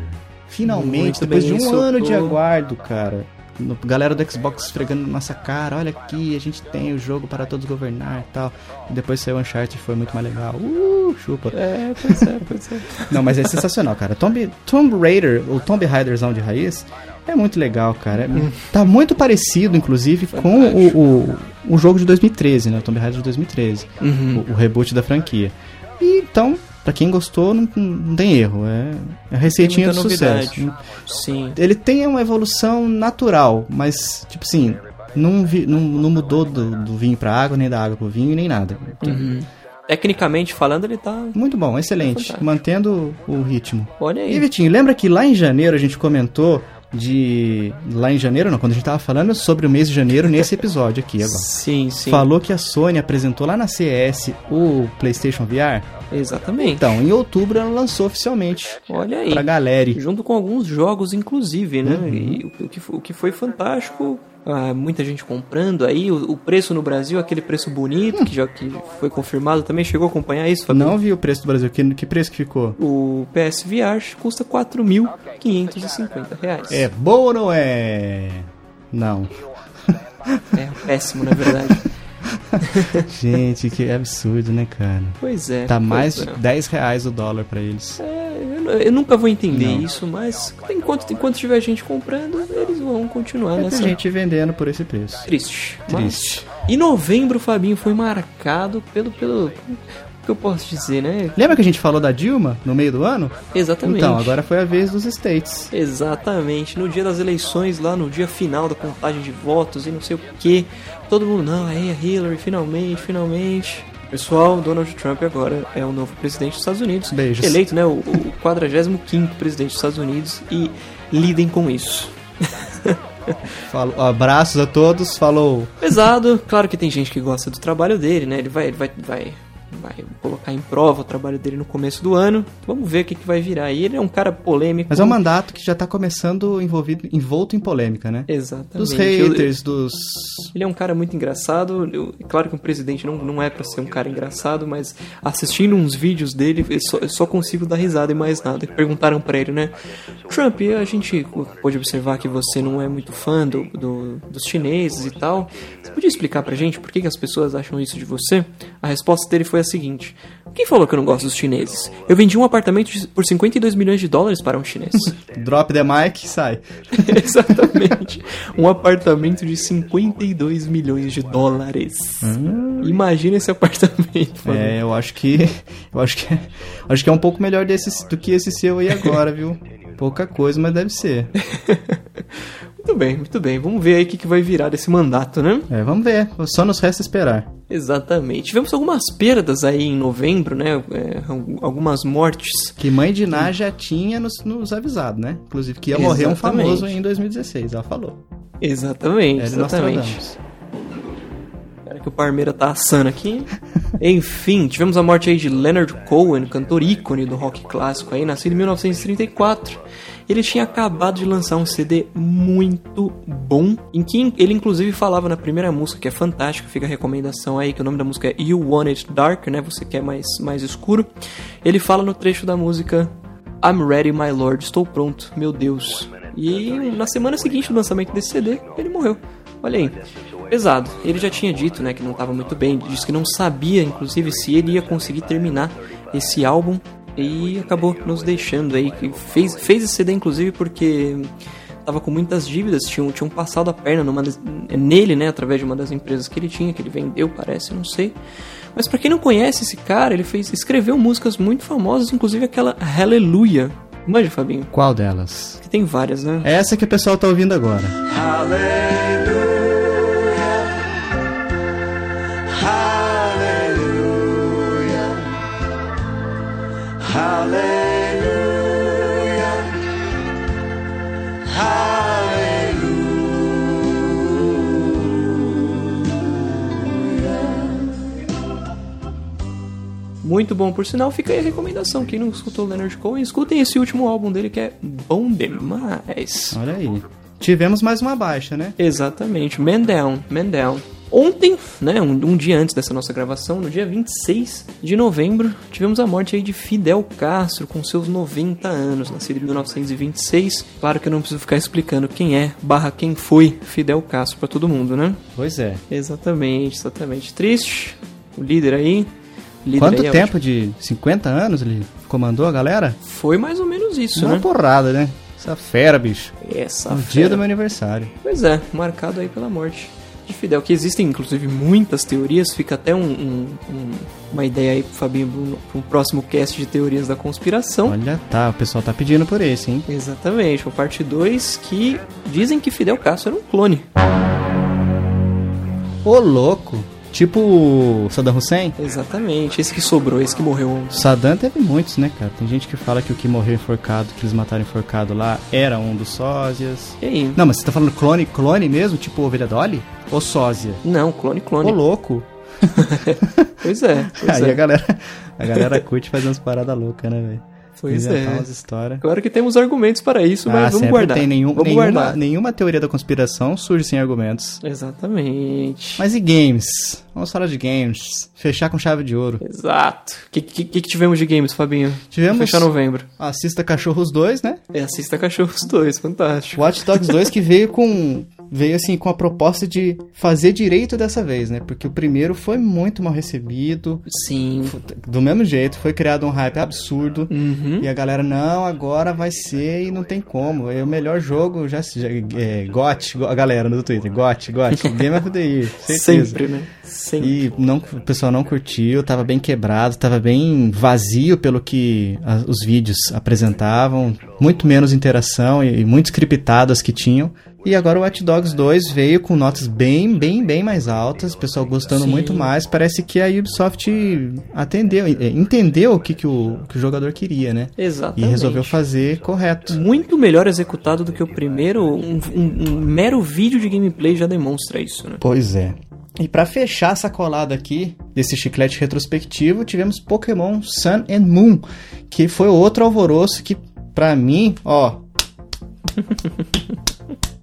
[SPEAKER 1] Finalmente,
[SPEAKER 2] Muito
[SPEAKER 1] depois
[SPEAKER 2] bem,
[SPEAKER 1] de um
[SPEAKER 2] soltou.
[SPEAKER 1] ano de aguardo, cara. No- galera do Xbox esfregando na nossa cara, olha aqui, a gente tem o jogo para todos governar e tal. E depois saiu o Uncharted, foi muito mais legal. Uh, chupa.
[SPEAKER 2] É, pois é, pois é.
[SPEAKER 1] Não, mas é sensacional, cara. Tomb, Tomb Raider, ou Tomb Raiderzão de raiz, é muito legal, cara. É-
[SPEAKER 2] Hum.
[SPEAKER 1] Tá muito parecido, inclusive, com o, o, o jogo de 2013, né? O Tomb Raider de 2013.
[SPEAKER 2] Uhum.
[SPEAKER 1] O, o reboot da franquia. E, então, pra quem gostou, não, não tem erro. É, é a receitinha do
[SPEAKER 2] Muita novidade.
[SPEAKER 1] sucesso. né?
[SPEAKER 2] Sim.
[SPEAKER 1] Ele tem uma evolução natural, mas, tipo assim, não, vi- não, não mudou do, do vinho pra água, nem da água pro vinho, nem nada.
[SPEAKER 2] Uhum. Tecnicamente falando, ele tá.
[SPEAKER 1] Muito bom, excelente.
[SPEAKER 2] Fantástico.
[SPEAKER 1] Mantendo o ritmo.
[SPEAKER 2] Olha
[SPEAKER 1] E
[SPEAKER 2] aí.
[SPEAKER 1] Vitinho, lembra que lá em janeiro a gente comentou de. Lá em janeiro, não, quando a gente tava falando sobre o mês de janeiro nesse episódio aqui agora.
[SPEAKER 2] Sim, sim.
[SPEAKER 1] Falou que a Sony apresentou lá na CS o PlayStation VR.
[SPEAKER 2] Exatamente.
[SPEAKER 1] Então, em outubro ela lançou oficialmente
[SPEAKER 2] Olha aí.
[SPEAKER 1] pra Uhum. galera.
[SPEAKER 2] Junto com alguns jogos, inclusive, né? E o, o que, fo- o que foi fantástico. ah, muita gente comprando aí. O, o preço no Brasil, aquele preço bonito, que já que foi confirmado também. Chegou a acompanhar isso, Fabinho?
[SPEAKER 1] Não vi o preço do Brasil, que, que preço que ficou?
[SPEAKER 2] O PSVR custa R$ 4.550 reais.
[SPEAKER 1] É bom ou não é? Não.
[SPEAKER 2] É péssimo, na verdade.
[SPEAKER 1] Gente, que absurdo, né, cara?
[SPEAKER 2] pois é.
[SPEAKER 1] Tá
[SPEAKER 2] pois
[SPEAKER 1] mais de
[SPEAKER 2] é.
[SPEAKER 1] 10 reais o dólar pra eles.
[SPEAKER 2] É, eu nu- Eu nunca vou entender isso, mas enquanto, enquanto tiver gente comprando, eles vão continuar
[SPEAKER 1] Vai ter
[SPEAKER 2] nessa
[SPEAKER 1] gente vendendo por esse preço.
[SPEAKER 2] Triste.
[SPEAKER 1] É Triste.
[SPEAKER 2] Mas... E novembro, Fabinho, foi marcado pelo. pelo... O que eu posso dizer, né?
[SPEAKER 1] Lembra que a gente falou da Dilma no meio do ano?
[SPEAKER 2] Exatamente.
[SPEAKER 1] Então, agora foi a vez dos States.
[SPEAKER 2] Exatamente. No dia das eleições, lá no dia final da contagem de votos e não sei o que, todo mundo, não, aí a Hillary, finalmente, finalmente. Pessoal, Donald Trump agora é o novo presidente dos Estados Unidos.
[SPEAKER 1] Beijos.
[SPEAKER 2] Eleito, né? O, o 45 presidente dos Estados Unidos e lidem com isso.
[SPEAKER 1] Falo, abraços a todos, falou.
[SPEAKER 2] pesado. Claro que tem gente que gosta do trabalho dele, né? Ele vai, ele vai, vai, vai colocar em prova o trabalho dele no começo do ano. Vamos ver o que, que vai virar aí. Ele é um cara polêmico.
[SPEAKER 1] Mas é um mandato que já tá começando envolvido, envolto em polêmica, né?
[SPEAKER 2] Exatamente.
[SPEAKER 1] Dos haters, dos.
[SPEAKER 2] Ele é um cara muito engraçado. Eu- é claro que um presidente não, não é pra ser um cara engraçado, mas assistindo uns vídeos dele, eu só, eu só consigo dar risada e mais nada. E Perguntaram pra ele, né? Trump, a gente pôde observar que você não é muito fã do, do- dos chineses e tal. Você podia explicar pra gente por que, que as pessoas acham isso de você? A resposta dele foi a seguinte: Quem falou que eu não gosto dos chineses? Eu vendi um apartamento de- por 52 milhões de dólares para um chinês.
[SPEAKER 1] Drop the mic, sai.
[SPEAKER 2] Exatamente. Um apartamento de 52 milhões de dólares. Hum. Imagina esse apartamento. mano.
[SPEAKER 1] É, eu acho que. Eu acho que. Acho que é um pouco melhor desse, do que esse seu aí agora, viu? Pouca coisa, mas deve ser.
[SPEAKER 2] Muito bem, muito bem. Vamos ver aí o que, que vai virar desse mandato, né?
[SPEAKER 1] É, vamos ver. Só nos resta esperar.
[SPEAKER 2] Exatamente. Tivemos algumas perdas aí em novembro, né? É, al- algumas mortes.
[SPEAKER 1] Que mãe de Ná já tinha nos, nos avisado, né? Inclusive, que ia morrer um
[SPEAKER 2] Exatamente.
[SPEAKER 1] famoso em 2016. Ela falou.
[SPEAKER 2] Exatamente,
[SPEAKER 1] É, de
[SPEAKER 2] exatamente.
[SPEAKER 1] Nostradamus.
[SPEAKER 2] Espera que o Parmeira tá assando aqui. Enfim, tivemos a morte aí de Leonard Cohen, cantor ícone do rock clássico aí, nascido em 1934. Ele tinha acabado de lançar um CD muito bom, em que ele inclusive falava na primeira música, que é fantástica, fica a recomendação aí, que o nome da música é You Want It Dark, né? Você quer mais, mais escuro. Ele fala no trecho da música I'm ready, my lord, estou pronto, meu Deus. E na semana seguinte do lançamento desse CD, ele morreu. Olha aí, pesado. Ele já tinha dito, né, que não estava muito bem, disse que não sabia, inclusive, se ele ia conseguir terminar esse álbum e acabou nos deixando aí. que Fez, fez esse CD, inclusive, porque tava com muitas dívidas, tinham, tinham passado a perna numa das- nele, né, através de uma das empresas que ele tinha, que ele vendeu, parece, não sei. Mas pra quem não conhece esse cara, ele fez, escreveu músicas muito famosas, inclusive aquela Hallelujah. Manja, Fabinho,
[SPEAKER 1] Qual delas?
[SPEAKER 2] que tem várias, né?
[SPEAKER 1] É essa que o pessoal tá ouvindo agora.
[SPEAKER 2] Muito bom, por sinal, fica aí a recomendação. Quem não escutou o Leonard Cohen, escutem esse último álbum dele que é bom demais.
[SPEAKER 1] Olha aí. Tivemos mais uma baixa, né?
[SPEAKER 2] Exatamente, Man Down, Man Down. Ontem, né, um, um dia antes dessa nossa gravação, no dia 26 de novembro, tivemos a morte aí de Fidel Castro, com seus 90 anos, nascido em 1926. Claro que eu não preciso ficar explicando quem é, barra quem foi Fidel Castro pra todo mundo, né?
[SPEAKER 1] Pois é.
[SPEAKER 2] Exatamente, exatamente. Triste, o líder aí. o líder
[SPEAKER 1] Quanto
[SPEAKER 2] aí é
[SPEAKER 1] tempo de 50 anos ele comandou a galera?
[SPEAKER 2] ótimo. Foi mais ou menos isso,
[SPEAKER 1] Uma
[SPEAKER 2] né?
[SPEAKER 1] porrada, né? Essa fera, bicho.
[SPEAKER 2] Essa
[SPEAKER 1] O dia
[SPEAKER 2] fera.
[SPEAKER 1] do meu aniversário.
[SPEAKER 2] Pois é, marcado aí pela morte de Fidel, que existem inclusive muitas teorias, fica até um, um- um- uma ideia aí pro Fabinho pra um- pra um próximo cast de teorias da conspiração.
[SPEAKER 1] Olha, tá, o pessoal tá pedindo por esse, hein?
[SPEAKER 2] Exatamente, uma parte 2 que dizem que Fidel Castro era um clone.
[SPEAKER 1] Ô, louco! Tipo o Saddam Hussein.
[SPEAKER 2] Exatamente, esse que sobrou, esse que morreu.
[SPEAKER 1] Saddam teve muitos, né, cara? Tem gente que fala que o que morreu enforcado, que eles mataram enforcado lá, era um dos sósias.
[SPEAKER 2] E aí?
[SPEAKER 1] Não, mas você tá falando clone, clone mesmo? Tipo ovelha Dolly? Ou sósia?
[SPEAKER 2] Não, clone,
[SPEAKER 1] Ô,
[SPEAKER 2] clone.
[SPEAKER 1] louco!
[SPEAKER 2] Pois é, pois
[SPEAKER 1] Aí a
[SPEAKER 2] é.
[SPEAKER 1] galera, a galera curte fazer umas paradas loucas, né, velho?
[SPEAKER 2] Pois
[SPEAKER 1] Inventar
[SPEAKER 2] é.
[SPEAKER 1] umas histórias.
[SPEAKER 2] Claro que temos argumentos para isso, mas
[SPEAKER 1] ah,
[SPEAKER 2] vamos
[SPEAKER 1] sempre
[SPEAKER 2] guardar.
[SPEAKER 1] tem nenhum,
[SPEAKER 2] vamos
[SPEAKER 1] nenhuma,
[SPEAKER 2] guardar.
[SPEAKER 1] nenhuma teoria da conspiração surge sem argumentos.
[SPEAKER 2] Exatamente.
[SPEAKER 1] Mas e games? Vamos falar de games. Fechar com chave de ouro.
[SPEAKER 2] Exato. O que, que, que tivemos de games, Fabinho?
[SPEAKER 1] Tivemos-
[SPEAKER 2] Pra Fechar novembro.
[SPEAKER 1] Assista Cachorros 2, né?
[SPEAKER 2] É, assista Cachorros 2, fantástico.
[SPEAKER 1] Watch Dogs 2 que veio com veio assim com a proposta de fazer direito dessa vez, né? Porque o primeiro foi muito mal recebido.
[SPEAKER 2] Sim.
[SPEAKER 1] Do mesmo jeito, foi criado um hype absurdo.
[SPEAKER 2] Uhum.
[SPEAKER 1] E a galera, não, agora vai ser e não tem como. É o melhor jogo, já, já é, GOT, go- a galera no Twitter, GOT, GOT, Game of the Year, certeza.
[SPEAKER 2] Sempre, né? Sempre.
[SPEAKER 1] E não, o pessoal não curtiu, tava bem quebrado, tava bem vazio pelo que a- os vídeos apresentavam, muito menos interação e, e muito scriptadas que tinham. E agora o Watch Dogs 2 veio com notas bem, bem, bem mais altas, o pessoal gostando
[SPEAKER 2] Sim.
[SPEAKER 1] muito mais. Parece que a Ubisoft atendeu, eh, entendeu o que, que, o, que o jogador queria, né? E
[SPEAKER 2] Exatamente.
[SPEAKER 1] resolveu fazer correto.
[SPEAKER 2] Muito melhor executado do que o primeiro. Um, um- um mero vídeo de gameplay já demonstra isso, né?
[SPEAKER 1] Pois é. E pra fechar essa colada aqui desse chiclete retrospectivo, tivemos Pokémon Sun and Moon, que foi outro alvoroço que pra mim, ó,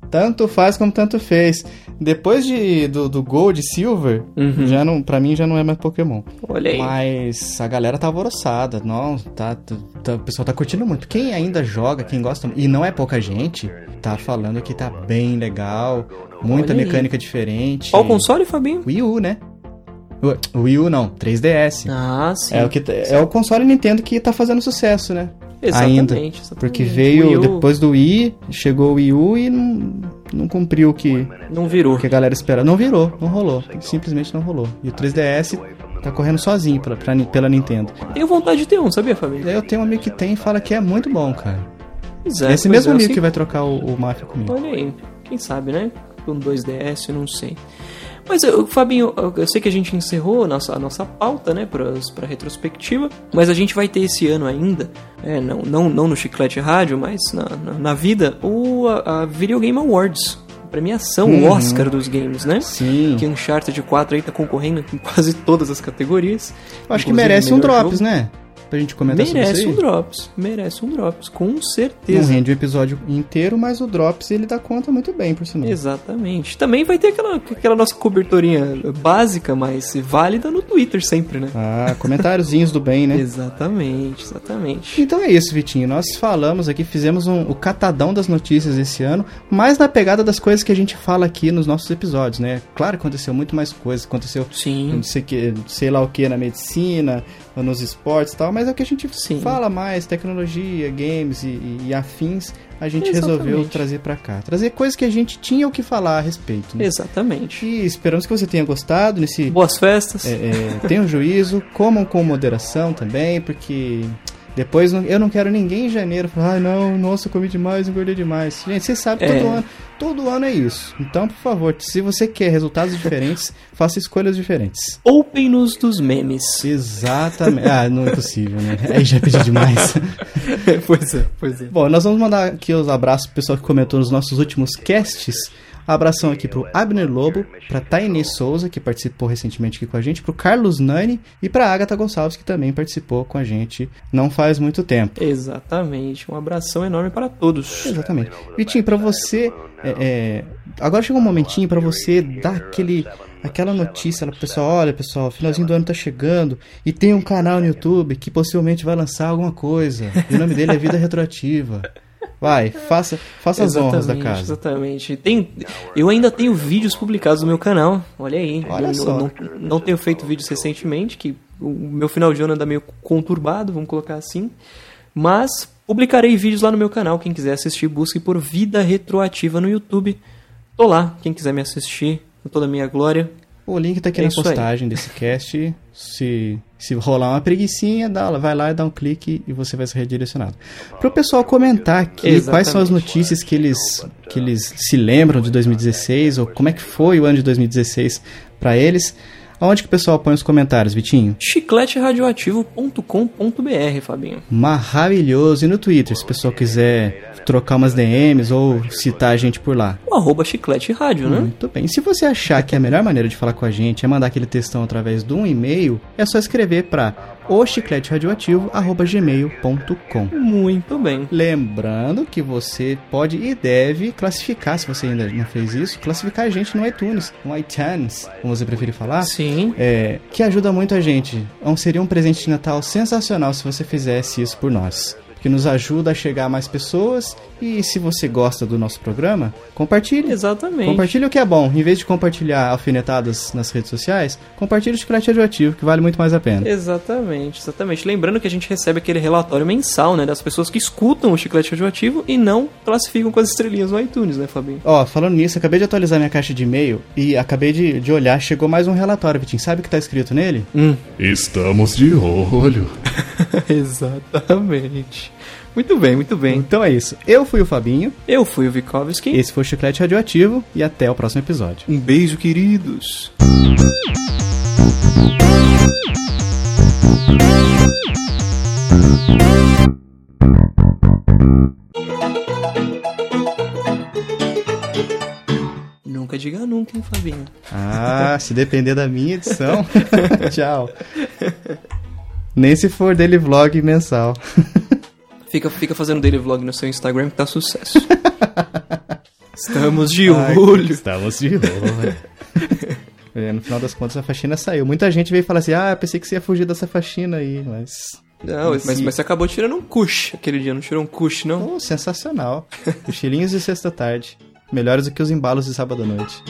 [SPEAKER 1] tanto faz como tanto fez. Depois de do, do Gold e Silver,
[SPEAKER 2] Uhum.
[SPEAKER 1] já não, para mim já não é mais Pokémon.
[SPEAKER 2] Olha aí.
[SPEAKER 1] Mas a galera tá alvoroçada, não, tá, tá- tá- o pessoal tá curtindo muito. Quem ainda joga, quem gosta, e não é pouca gente, tá falando que tá bem legal, muita
[SPEAKER 2] Olha aí.
[SPEAKER 1] mecânica diferente.
[SPEAKER 2] Qual console, Fabinho?
[SPEAKER 1] Wii U, né? O- Wii U não, 3DS.
[SPEAKER 2] Ah, sim.
[SPEAKER 1] é, o que, tá- é o console Nintendo que tá fazendo sucesso, né?
[SPEAKER 2] Exatamente.
[SPEAKER 1] ainda.
[SPEAKER 2] exatamente.
[SPEAKER 1] Porque
[SPEAKER 2] Hum, Wii
[SPEAKER 1] veio
[SPEAKER 2] U
[SPEAKER 1] depois do Wii, chegou o Wii U e não, não cumpriu o que,
[SPEAKER 2] Não virou.
[SPEAKER 1] o que a galera espera. Não virou, não rolou. Simplesmente não rolou. E o 3DS tá correndo sozinho pela, pra- pela Nintendo.
[SPEAKER 2] Tenho vontade de ter um, sabia, Fabinho?
[SPEAKER 1] Eu tenho um amigo que tem e fala que é muito bom, cara.
[SPEAKER 2] Pois
[SPEAKER 1] É esse
[SPEAKER 2] pois
[SPEAKER 1] mesmo
[SPEAKER 2] é,
[SPEAKER 1] amigo
[SPEAKER 2] assim
[SPEAKER 1] que vai trocar o, o Mafia comigo.
[SPEAKER 2] Olha aí, quem sabe, né? Um 2DS, eu não sei. Mas, eu, Fabinho, eu- eu sei que a gente encerrou a nossa, a nossa pauta, né, pra, pra retrospectiva, mas a gente vai ter esse ano ainda, é, não, não, não no Chiclete Rádio, mas na, na, na vida, o, a, a Video Game Awards, a premiação, o Oscar dos games, né?
[SPEAKER 1] Uhum. Sim.
[SPEAKER 2] Que Uncharted 4 aí tá concorrendo em quase todas as categorias.
[SPEAKER 1] Eu acho que
[SPEAKER 2] inclusive
[SPEAKER 1] merece um
[SPEAKER 2] melhor jogo.
[SPEAKER 1] Drops, né? Pra gente comentar sobre
[SPEAKER 2] Merece
[SPEAKER 1] isso
[SPEAKER 2] um
[SPEAKER 1] aí.
[SPEAKER 2] Drops, merece um Drops, com certeza.
[SPEAKER 1] Não rende o episódio inteiro, mas o Drops ele dá conta muito bem, por sinal.
[SPEAKER 2] Exatamente. Também vai ter aquela, aquela nossa cobertorinha básica, mas válida no Twitter sempre, né?
[SPEAKER 1] Ah, comentáriozinhos do
[SPEAKER 2] É?
[SPEAKER 1] bem, né?
[SPEAKER 2] Exatamente, exatamente.
[SPEAKER 1] Então é isso, Vitinho. Nós falamos aqui, fizemos um- o catadão das notícias esse ano, mas na pegada das coisas que a gente fala aqui nos nossos episódios, né? Claro que aconteceu muito mais coisas, aconteceu
[SPEAKER 2] Sim.
[SPEAKER 1] não sei, que, sei lá o que na medicina, nos esportes e tal, mas é o que a gente
[SPEAKER 2] Sim.
[SPEAKER 1] fala mais, tecnologia, games e, e- e afins, a gente
[SPEAKER 2] Exatamente.
[SPEAKER 1] resolveu trazer pra cá. Trazer coisas que a gente tinha o que falar a respeito, né?
[SPEAKER 2] Exatamente.
[SPEAKER 1] E esperamos que você tenha gostado nesse
[SPEAKER 2] Boas festas.
[SPEAKER 1] é, tenham juízo, comam com moderação também, porque depois não- eu não quero ninguém em janeiro falar, ai não, nossa, eu comi demais, engordei demais. Gente, você sabe,
[SPEAKER 2] É.
[SPEAKER 1] todo, ano, todo ano é isso. Então, por favor, se você quer resultados diferentes, faça escolhas diferentes.
[SPEAKER 2] Open-nos dos memes.
[SPEAKER 1] Exatamente. Ah, não é possível, né? Aí já pedi demais.
[SPEAKER 2] pois é, pois é.
[SPEAKER 1] Bom, nós vamos mandar aqui os abraços pro pessoal que comentou nos nossos últimos casts. Abração aqui pro Abner Lobo, pra Tainê Souza, que participou recentemente aqui com a gente, pro Carlos Nani e pra Agatha Gonçalves, que também participou com a gente não faz muito tempo.
[SPEAKER 2] Exatamente. Um abração enorme para todos.
[SPEAKER 1] Exatamente. Vitinho, pra você. é, é, agora chegou um momentinho pra você dar aquele, aquela notícia lá pro pessoal: olha, pessoal, finalzinho do ano tá chegando e tem um canal no YouTube que possivelmente vai lançar alguma coisa. E o nome dele é Vida Retroativa. Vai, faça, faça as honras da casa.
[SPEAKER 2] Exatamente. Tem, eu ainda tenho vídeos publicados no meu canal. Olha aí.
[SPEAKER 1] Olha
[SPEAKER 2] não,
[SPEAKER 1] só.
[SPEAKER 2] Não, não tenho feito vídeos recentemente, que o meu final de ano anda meio conturbado, vamos colocar assim. Mas publicarei vídeos lá no meu canal. Quem quiser assistir, busque por Vida Retroativa no YouTube. Tô lá. Quem quiser me assistir, com toda a minha glória.
[SPEAKER 1] O link tá aqui
[SPEAKER 2] É
[SPEAKER 1] na
[SPEAKER 2] isso aí.
[SPEAKER 1] postagem desse cast. Se, se rolar uma preguicinha, dá, vai lá e dá um clique e você vai ser redirecionado. Pro pessoal comentar aqui quais são as
[SPEAKER 2] Exatamente.
[SPEAKER 1] notícias que eles, que eles se lembram de 2016 ou como é que foi o ano de 2016 para eles. Aonde que o pessoal põe os comentários, Vitinho?
[SPEAKER 2] chicleteradioativo.com.br, Fabinho.
[SPEAKER 1] Maravilhoso. E no Twitter, se o pessoal quiser trocar umas DMs ou citar a gente por lá.
[SPEAKER 2] O arroba chiclete rádio, né?
[SPEAKER 1] Muito bem. E se você achar que a melhor maneira de falar com a gente é mandar aquele textão através de um e-mail, é só escrever para ochicleteradioativo.gmail.com
[SPEAKER 2] Muito bem.
[SPEAKER 1] Lembrando que você pode e deve classificar, se você ainda não fez isso, classificar a gente no iTunes, no iTunes, como você prefere falar.
[SPEAKER 2] Sim.
[SPEAKER 1] É, que ajuda muito a gente. É um- Seria um presente de Natal sensacional se você fizesse isso por nós. Que nos ajuda a chegar a mais pessoas. E se você gosta do nosso programa, compartilhe.
[SPEAKER 2] Exatamente.
[SPEAKER 1] Compartilhe o que é bom. Em vez de compartilhar alfinetadas nas redes sociais, compartilhe o chocolate radioativo, que vale muito mais a pena.
[SPEAKER 2] Exatamente, exatamente. Lembrando que a gente recebe aquele relatório mensal, né? Das pessoas que escutam o chiclete radioativo e não classificam com as estrelinhas no iTunes, né, Fabinho?
[SPEAKER 1] Ó, falando nisso, acabei de atualizar minha caixa de e-mail e acabei de, de olhar, chegou mais um relatório, Vitinho. Sabe o que tá escrito nele?
[SPEAKER 6] Estamos de olho.
[SPEAKER 2] exatamente. Muito bem, muito bem.
[SPEAKER 1] Então é isso. Eu fui o Fabinho,
[SPEAKER 2] Eu fui o Vikovski.
[SPEAKER 1] esse foi o Chiclete Radioativo e até o próximo episódio.
[SPEAKER 2] Um beijo, queridos. Nunca diga nunca, hein, Fabinho?
[SPEAKER 1] Ah, se depender da minha edição. Tchau. Nem se for dele vlog mensal.
[SPEAKER 2] Fica, fica fazendo daily vlog no seu Instagram que tá sucesso. Estamos de
[SPEAKER 1] Ai,
[SPEAKER 2] olho.
[SPEAKER 1] Estamos de olho. É, no final das contas, a faxina saiu. Muita gente veio falar assim: ah, eu pensei que você ia fugir dessa faxina aí, mas.
[SPEAKER 2] Não, mas, mas você acabou tirando um cush aquele dia, não tirou um cush, não?
[SPEAKER 1] Oh, sensacional. Cochilinhos de sexta-tarde. Melhores do que os embalos de sábado à noite.